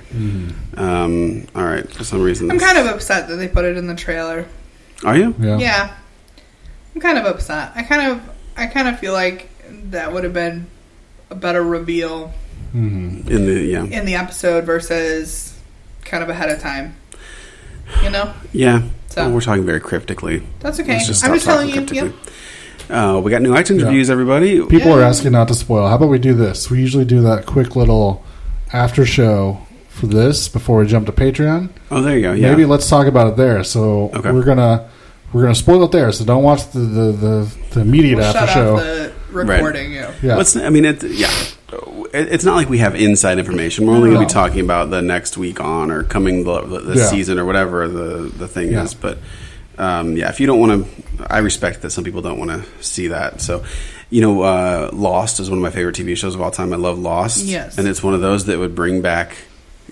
Speaker 1: Um, all right. For some reason,
Speaker 4: I'm
Speaker 1: this-
Speaker 4: kind of upset that they put it in the trailer.
Speaker 1: Are you?
Speaker 3: Yeah.
Speaker 4: Yeah. I'm kind of upset. I kind of I kind of feel like that would have been a better reveal
Speaker 3: Mhm.
Speaker 1: In the yeah
Speaker 4: in the episode versus kind of ahead of time. You know?
Speaker 1: yeah.
Speaker 4: So-
Speaker 1: Well, we're talking very cryptically.
Speaker 4: That's okay.
Speaker 1: Let's just
Speaker 4: I'm
Speaker 1: stop
Speaker 4: just telling you.
Speaker 1: talking
Speaker 4: yeah.
Speaker 1: cryptically. Uh, we got new iTunes
Speaker 3: Yeah.
Speaker 1: reviews, everybody.
Speaker 3: People are
Speaker 4: Yeah.
Speaker 3: asking not to spoil. How about we do this? We usually do that quick little after show for this before we jump to Patreon.
Speaker 1: Oh, there you go. Yeah.
Speaker 3: Maybe let's talk about it there. So
Speaker 1: Okay.
Speaker 3: we're gonna we're gonna spoil it there. So don't watch the the the, the immediate
Speaker 4: We'll shut
Speaker 3: after
Speaker 4: off
Speaker 3: show.
Speaker 4: the recording. Yeah.
Speaker 3: yeah.
Speaker 1: Let's, I mean, it, yeah. It- It's not like we have inside information. We're only going to
Speaker 3: No.
Speaker 1: be talking about the next week on or coming the, the
Speaker 3: Yeah.
Speaker 1: season or whatever the, the thing
Speaker 3: Yeah.
Speaker 1: is. But um, yeah, if you don't want to, I respect that some people don't want to see that. So, you know, uh, Lost is one of my favorite TV shows of all time. I love Lost.
Speaker 4: Yes.
Speaker 1: And it's one of those that would bring back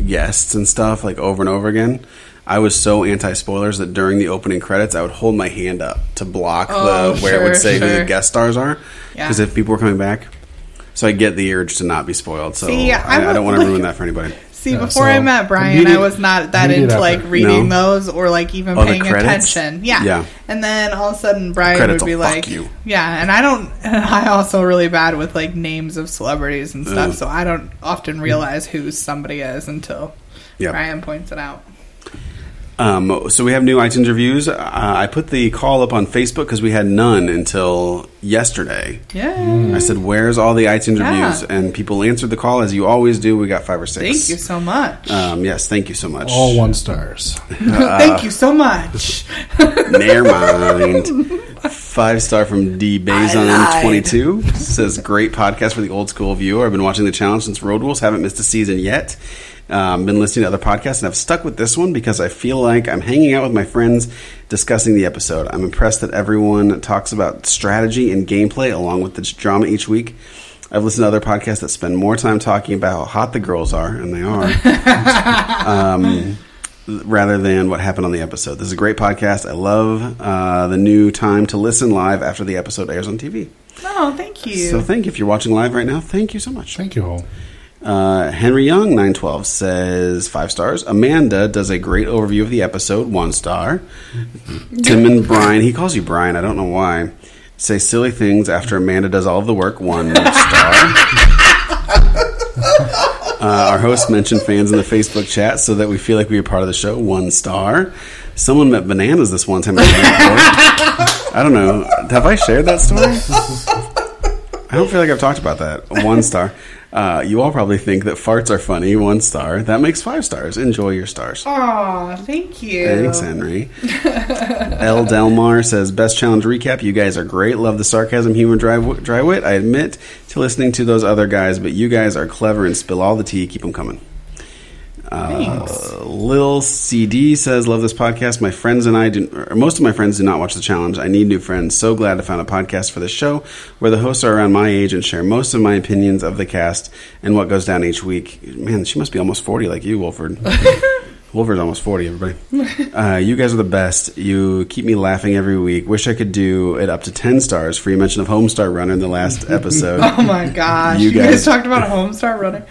Speaker 1: guests and stuff like over and over again. I was so anti spoilers that during the opening credits, I would hold my hand up to block
Speaker 4: Oh,
Speaker 1: the, where it would
Speaker 4: sure,
Speaker 1: say who the
Speaker 4: sure.
Speaker 1: guest stars are.
Speaker 4: Yeah.
Speaker 1: Because if people were coming back, so I get the urge to not be spoiled. So
Speaker 4: See,
Speaker 1: I, I,
Speaker 4: I
Speaker 1: don't
Speaker 4: would
Speaker 1: want to
Speaker 4: like-
Speaker 1: ruin that for anybody.
Speaker 4: See,
Speaker 3: Yeah,
Speaker 4: before I
Speaker 3: so
Speaker 4: met Brian,
Speaker 3: immediate-
Speaker 4: I was not that
Speaker 3: immediate
Speaker 4: into like
Speaker 3: effort.
Speaker 4: reading
Speaker 1: No.
Speaker 4: those or like even
Speaker 1: Oh, the
Speaker 4: paying
Speaker 1: credits?
Speaker 4: attention. Yeah.
Speaker 1: Yeah.
Speaker 4: And then all of a sudden Brian
Speaker 1: Credits
Speaker 4: would be
Speaker 1: will fuck
Speaker 4: like,
Speaker 1: you.
Speaker 4: "Yeah." And I don't. I also really bad with like names of celebrities and stuff,
Speaker 1: Ugh.
Speaker 4: so I don't often realize who somebody is until
Speaker 1: Yeah.
Speaker 4: Brian points it out.
Speaker 1: Um, so we have new iTunes reviews. Uh, I put the call up on Facebook because we had none until yesterday.
Speaker 4: Yeah.
Speaker 3: Mm.
Speaker 1: I said, "Where's all the iTunes
Speaker 4: Yeah.
Speaker 1: reviews?" And people answered the call as you always do. We got five or
Speaker 4: Thank
Speaker 1: six.
Speaker 4: you so much.
Speaker 1: Um, yes, thank you so much.
Speaker 3: all one stars.
Speaker 1: uh,
Speaker 4: Thank you so much.
Speaker 1: Never mind. Five star from D Bazon
Speaker 4: I lied.
Speaker 1: twenty two says great podcast for the old school viewer. I've been watching the challenge since Road Rules. Haven't missed a season yet. Um, been listening to other podcasts and I've stuck with this one because I feel like I'm hanging out with my friends discussing the episode. I'm impressed that everyone talks about strategy and gameplay along with the drama each week. I've listened to other podcasts that spend more time talking about how hot the girls are, and they are rather than what happened on the episode. This is a great podcast. I love uh, the new time to listen live after the episode airs on TV.
Speaker 4: No, Oh, thank you.
Speaker 1: So thank you if you're watching live right now. Thank you so much.
Speaker 3: Thank you all.
Speaker 1: Uh, Henry Young nine twelve says five stars. Amanda does a great overview of the episode. One star. Tim and Brian. He calls you Brian. I don't know why. Say silly things after Amanda does all of the work. One star. Uh, our host mentioned fans in the Facebook chat so that we feel like we are part of the show. One star. Someone met bananas this one time. At an airport. I don't know. Have I shared that story? I don't feel like I've talked about that. One star. Uh, you all probably think that farts are funny. One star. That makes five stars. Enjoy your stars.
Speaker 4: Oh, Aw, thank you.
Speaker 1: Thanks, Henry. L. Delmar says, "Best challenge recap. You guys are great. Love the sarcasm, humor, dry, wi- dry wit. I admit to listening to those other guys, but you guys are clever and spill all the tea. Keep them coming."
Speaker 4: Thanks.
Speaker 1: Uh, Lil CD says, "Love this podcast. My friends and I do. Or most of my friends do not watch the challenge. I need new friends. So glad I found a podcast for this show where the hosts are around my age and share most of my opinions of the cast and what goes down each week. Man, she must be almost forty, like you, Wolford. Wolford's almost forty. Everybody, uh, you guys are the best. You keep me laughing every week. Wish I could do it up to ten stars for your mention of Homestar Runner in the last episode.
Speaker 4: Oh my gosh.
Speaker 1: You
Speaker 4: You, guys,
Speaker 1: guys-
Speaker 4: talked about Homestar Runner.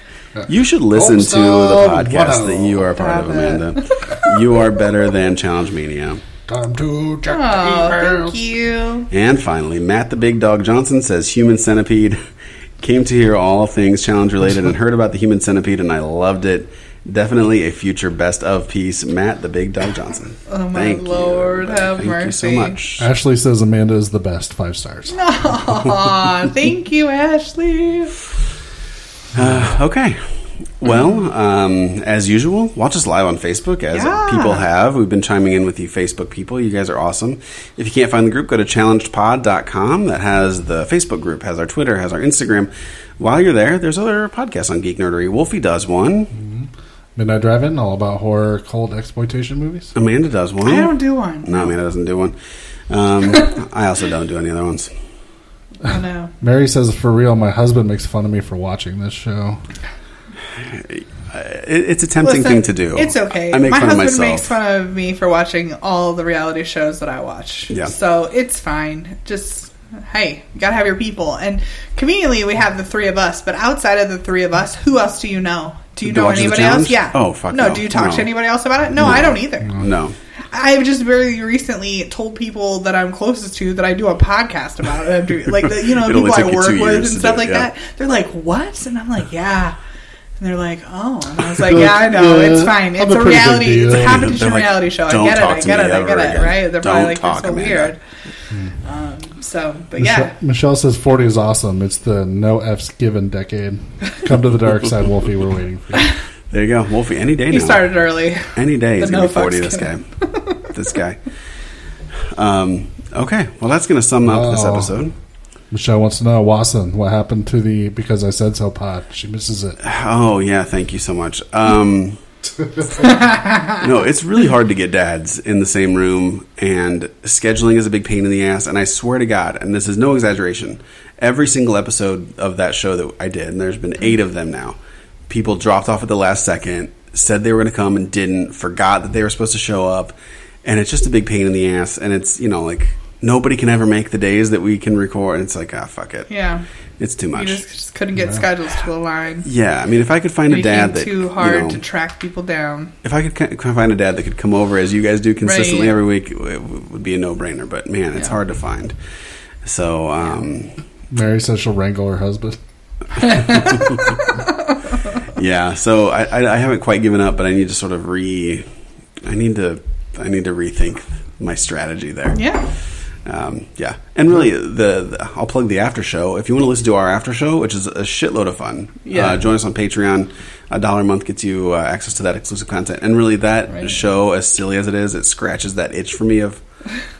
Speaker 1: You should listen to the
Speaker 3: Homestar
Speaker 1: podcast
Speaker 3: Runner.
Speaker 1: that you are a part of,
Speaker 4: Stop it.
Speaker 1: Amanda. you are better than Challenge Mania.
Speaker 3: Time to check
Speaker 4: Oh,
Speaker 3: the
Speaker 4: thank
Speaker 3: emails.
Speaker 4: you.
Speaker 1: And finally, Matt the Big Dog Johnson says Human Centipede. Came to hear all things challenge related and heard about the Human Centipede, and I loved it. Definitely a future best of piece. Matt the Big Dog Johnson.
Speaker 4: Oh my Lord,
Speaker 1: everybody.
Speaker 4: have
Speaker 1: Thank you so
Speaker 4: mercy.
Speaker 1: much.
Speaker 3: Ashley says Amanda is the best. Five stars.
Speaker 4: Aw, thank you, Ashley.
Speaker 1: Okay. Well, um, as usual, watch us live on Facebook, as
Speaker 4: Mm-hmm. Yeah.
Speaker 1: people have. We've been chiming in with you Facebook people. You guys are awesome. If you can't find the group, go to challengedpod.com. That has the Facebook group, has our Twitter, has our Instagram. While you're there, there's other podcasts on Geek Nerdery. Wolfie does one.
Speaker 3: Midnight Drive-In, all about horror, cult, exploitation movies.
Speaker 1: Amanda does one.
Speaker 4: I don't do one.
Speaker 1: No, Amanda doesn't do one. Um, I also don't do any other ones.
Speaker 4: I know.
Speaker 3: Mary says, "For real, my husband makes fun of me for watching this show."
Speaker 1: It, it's a tempting
Speaker 4: Listen,
Speaker 1: thing to do.
Speaker 4: It's okay.
Speaker 1: I make
Speaker 4: My
Speaker 1: fun of
Speaker 4: husband
Speaker 1: myself.
Speaker 4: makes fun of me for watching all the reality shows that I watch.
Speaker 1: Yeah.
Speaker 4: So it's fine. Just hey, you gotta have your people. And conveniently, we have the three of us. But outside of the three of us, who else do you know? Do you
Speaker 1: That
Speaker 4: know
Speaker 1: watches the
Speaker 4: anybody else?
Speaker 1: challenge?
Speaker 4: Yeah.
Speaker 1: Oh, fuck
Speaker 4: No.
Speaker 1: no.
Speaker 4: Do you talk
Speaker 1: No.
Speaker 4: to anybody else about it? No, I don't either.
Speaker 1: No.
Speaker 4: I've just very recently told people that I'm closest to that I do a podcast about it. Do- Like the, you know,
Speaker 1: It
Speaker 4: people
Speaker 1: only
Speaker 4: I
Speaker 1: took you
Speaker 4: work
Speaker 1: two
Speaker 4: with and
Speaker 1: years to
Speaker 4: stuff
Speaker 1: do it,
Speaker 4: like
Speaker 1: yeah.
Speaker 4: that. They're like, "What?" And I'm like, "Yeah." And they're like, "Oh," and I was like, "Yeah, I know.
Speaker 3: Yeah,
Speaker 4: it's fine.
Speaker 3: I'm
Speaker 4: It's
Speaker 3: a
Speaker 4: a
Speaker 3: pretty big
Speaker 4: reality. It's
Speaker 3: deal."
Speaker 4: a competition
Speaker 1: They're like,
Speaker 4: reality show. I
Speaker 1: "Don't
Speaker 4: get it.
Speaker 1: talk
Speaker 4: I
Speaker 1: to
Speaker 4: get
Speaker 1: me
Speaker 4: it. I
Speaker 1: ever
Speaker 4: get it.
Speaker 1: again.
Speaker 4: Right? They're
Speaker 1: Don't
Speaker 4: probably like,
Speaker 1: talk,
Speaker 4: "That's so
Speaker 1: Amanda."
Speaker 4: weird." Um, so, but
Speaker 3: Michelle,
Speaker 4: yeah,
Speaker 3: Michelle says, 40 is awesome. It's the no F's given decade. Come to the dark side, Wolfie. We're waiting for you.
Speaker 1: There you go, Wolfie. Any day
Speaker 4: he
Speaker 1: now.
Speaker 4: started early.
Speaker 1: Any day he's
Speaker 4: The
Speaker 1: gonna
Speaker 4: no
Speaker 1: be forty.
Speaker 4: fucks
Speaker 1: This guy. this guy. Um. Okay. Well, that's gonna sum up this
Speaker 3: Wow.
Speaker 1: episode.
Speaker 3: Michelle wants to know, Wasson, what happened to the Because I Said So pod? She misses it.
Speaker 1: Oh yeah, thank you so much. Um, no, it's really hard to get dads in the same room, and scheduling is a big pain in the ass. And I swear to God, and this is no exaggeration, every single episode of that show that I did, and there's been eight of them now, people dropped off at the last second, said they were going to come and didn't, forgot that they were supposed to show up, and it's just a big pain in the ass. And it's you know like nobody can ever make the days that we can record. And it's like ah fuck it,
Speaker 4: Yeah,
Speaker 1: it's too
Speaker 4: you
Speaker 1: much.
Speaker 4: just, just couldn't get schedules to align.
Speaker 1: yeah, I mean, if I could find a
Speaker 4: Making
Speaker 1: dad that
Speaker 4: too
Speaker 1: you
Speaker 4: hard
Speaker 1: know-
Speaker 4: to track people down.
Speaker 1: if I could ki- could find a dad that could come over as you guys do consistently
Speaker 4: Right.
Speaker 1: every week, it w- would be a no brainer. But man, it's
Speaker 4: Yeah.
Speaker 1: hard to find. So um,
Speaker 3: Mary says she'll wrangle her husband.
Speaker 1: yeah, so I, I, I haven't quite given up, but I need to sort of re, I need to I need to rethink my strategy there.
Speaker 4: Yeah.
Speaker 1: Um, yeah, and really, the, the I'll plug the after show. If you want to listen to our after show, which is a shitload of fun,
Speaker 4: Yeah.
Speaker 1: uh, join us on Patreon. A dollar a month gets you uh, access to that exclusive content. And really, that
Speaker 4: Right.
Speaker 1: show, as silly as it is, it scratches that itch for me of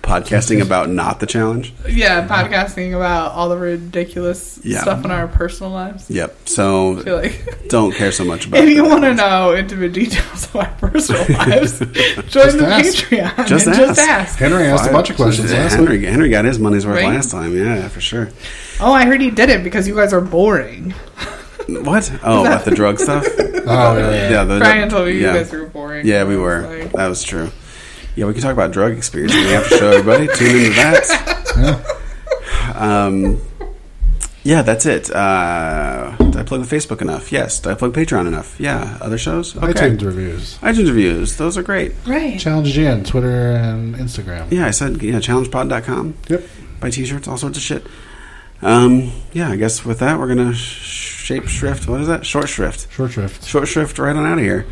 Speaker 1: podcasting about not the challenge.
Speaker 4: yeah, podcasting about all the ridiculous
Speaker 1: Yeah.
Speaker 4: stuff in our personal lives.
Speaker 1: Yep.
Speaker 4: I feel
Speaker 1: So
Speaker 4: like
Speaker 1: don't care so much about.
Speaker 4: if you
Speaker 1: that.
Speaker 4: want to know intimate details of our personal lives, join the
Speaker 3: ask.
Speaker 4: Patreon.
Speaker 1: Just
Speaker 4: and just
Speaker 1: ask.
Speaker 4: ask.
Speaker 3: Henry asked a bunch of questions
Speaker 1: Yeah,
Speaker 3: last week.
Speaker 1: Henry, Henry got his money's worth
Speaker 4: Right.
Speaker 1: last time. Yeah, for sure.
Speaker 4: Oh, I heard he did it because you guys are boring.
Speaker 1: What? Oh, about the drug stuff.
Speaker 3: Oh, yeah. yeah.
Speaker 1: the,
Speaker 4: Brian told me you
Speaker 1: yeah.
Speaker 4: guys were boring.
Speaker 1: Yeah,
Speaker 4: I
Speaker 1: we
Speaker 4: was
Speaker 1: were.
Speaker 4: like,
Speaker 1: That was true. Yeah, we can talk about drug experience in the after show, everybody. Tune into that. Um, yeah, that's it. Uh, did I plug the Facebook enough? Yes. Did I plug Patreon enough? Yeah. Other shows? Okay.
Speaker 3: iTunes
Speaker 1: iTunes,
Speaker 3: reviews.
Speaker 1: reviews. Those are great.
Speaker 4: right.
Speaker 3: Challenge Jan, Twitter and Instagram.
Speaker 1: Yeah, I said yeah, challengepod.com.
Speaker 3: Yep.
Speaker 1: Buy t shirts, all sorts of shit. Um, yeah, I guess with that, we're going to sh- shape shrift. What is that? Short shrift.
Speaker 3: Short shrift.
Speaker 1: short shrift right on out of here.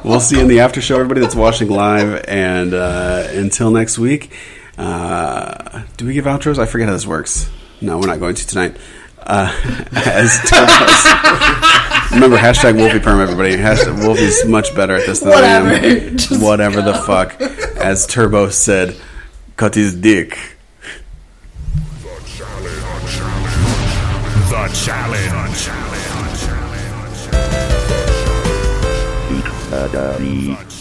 Speaker 1: we'll see you in the after show, everybody that's watching live. And uh, until next week, uh, do we give outros? I forget how this works. No, we're not going to tonight. Uh, as told us- remember hashtag Wolfie Perm, everybody. Hashtag Wolfie's much better at this than I
Speaker 4: Whatever.
Speaker 1: am.
Speaker 4: Just
Speaker 1: Whatever the fuck. As Turbo said, cut his dick.
Speaker 5: The challenge.
Speaker 6: Beat.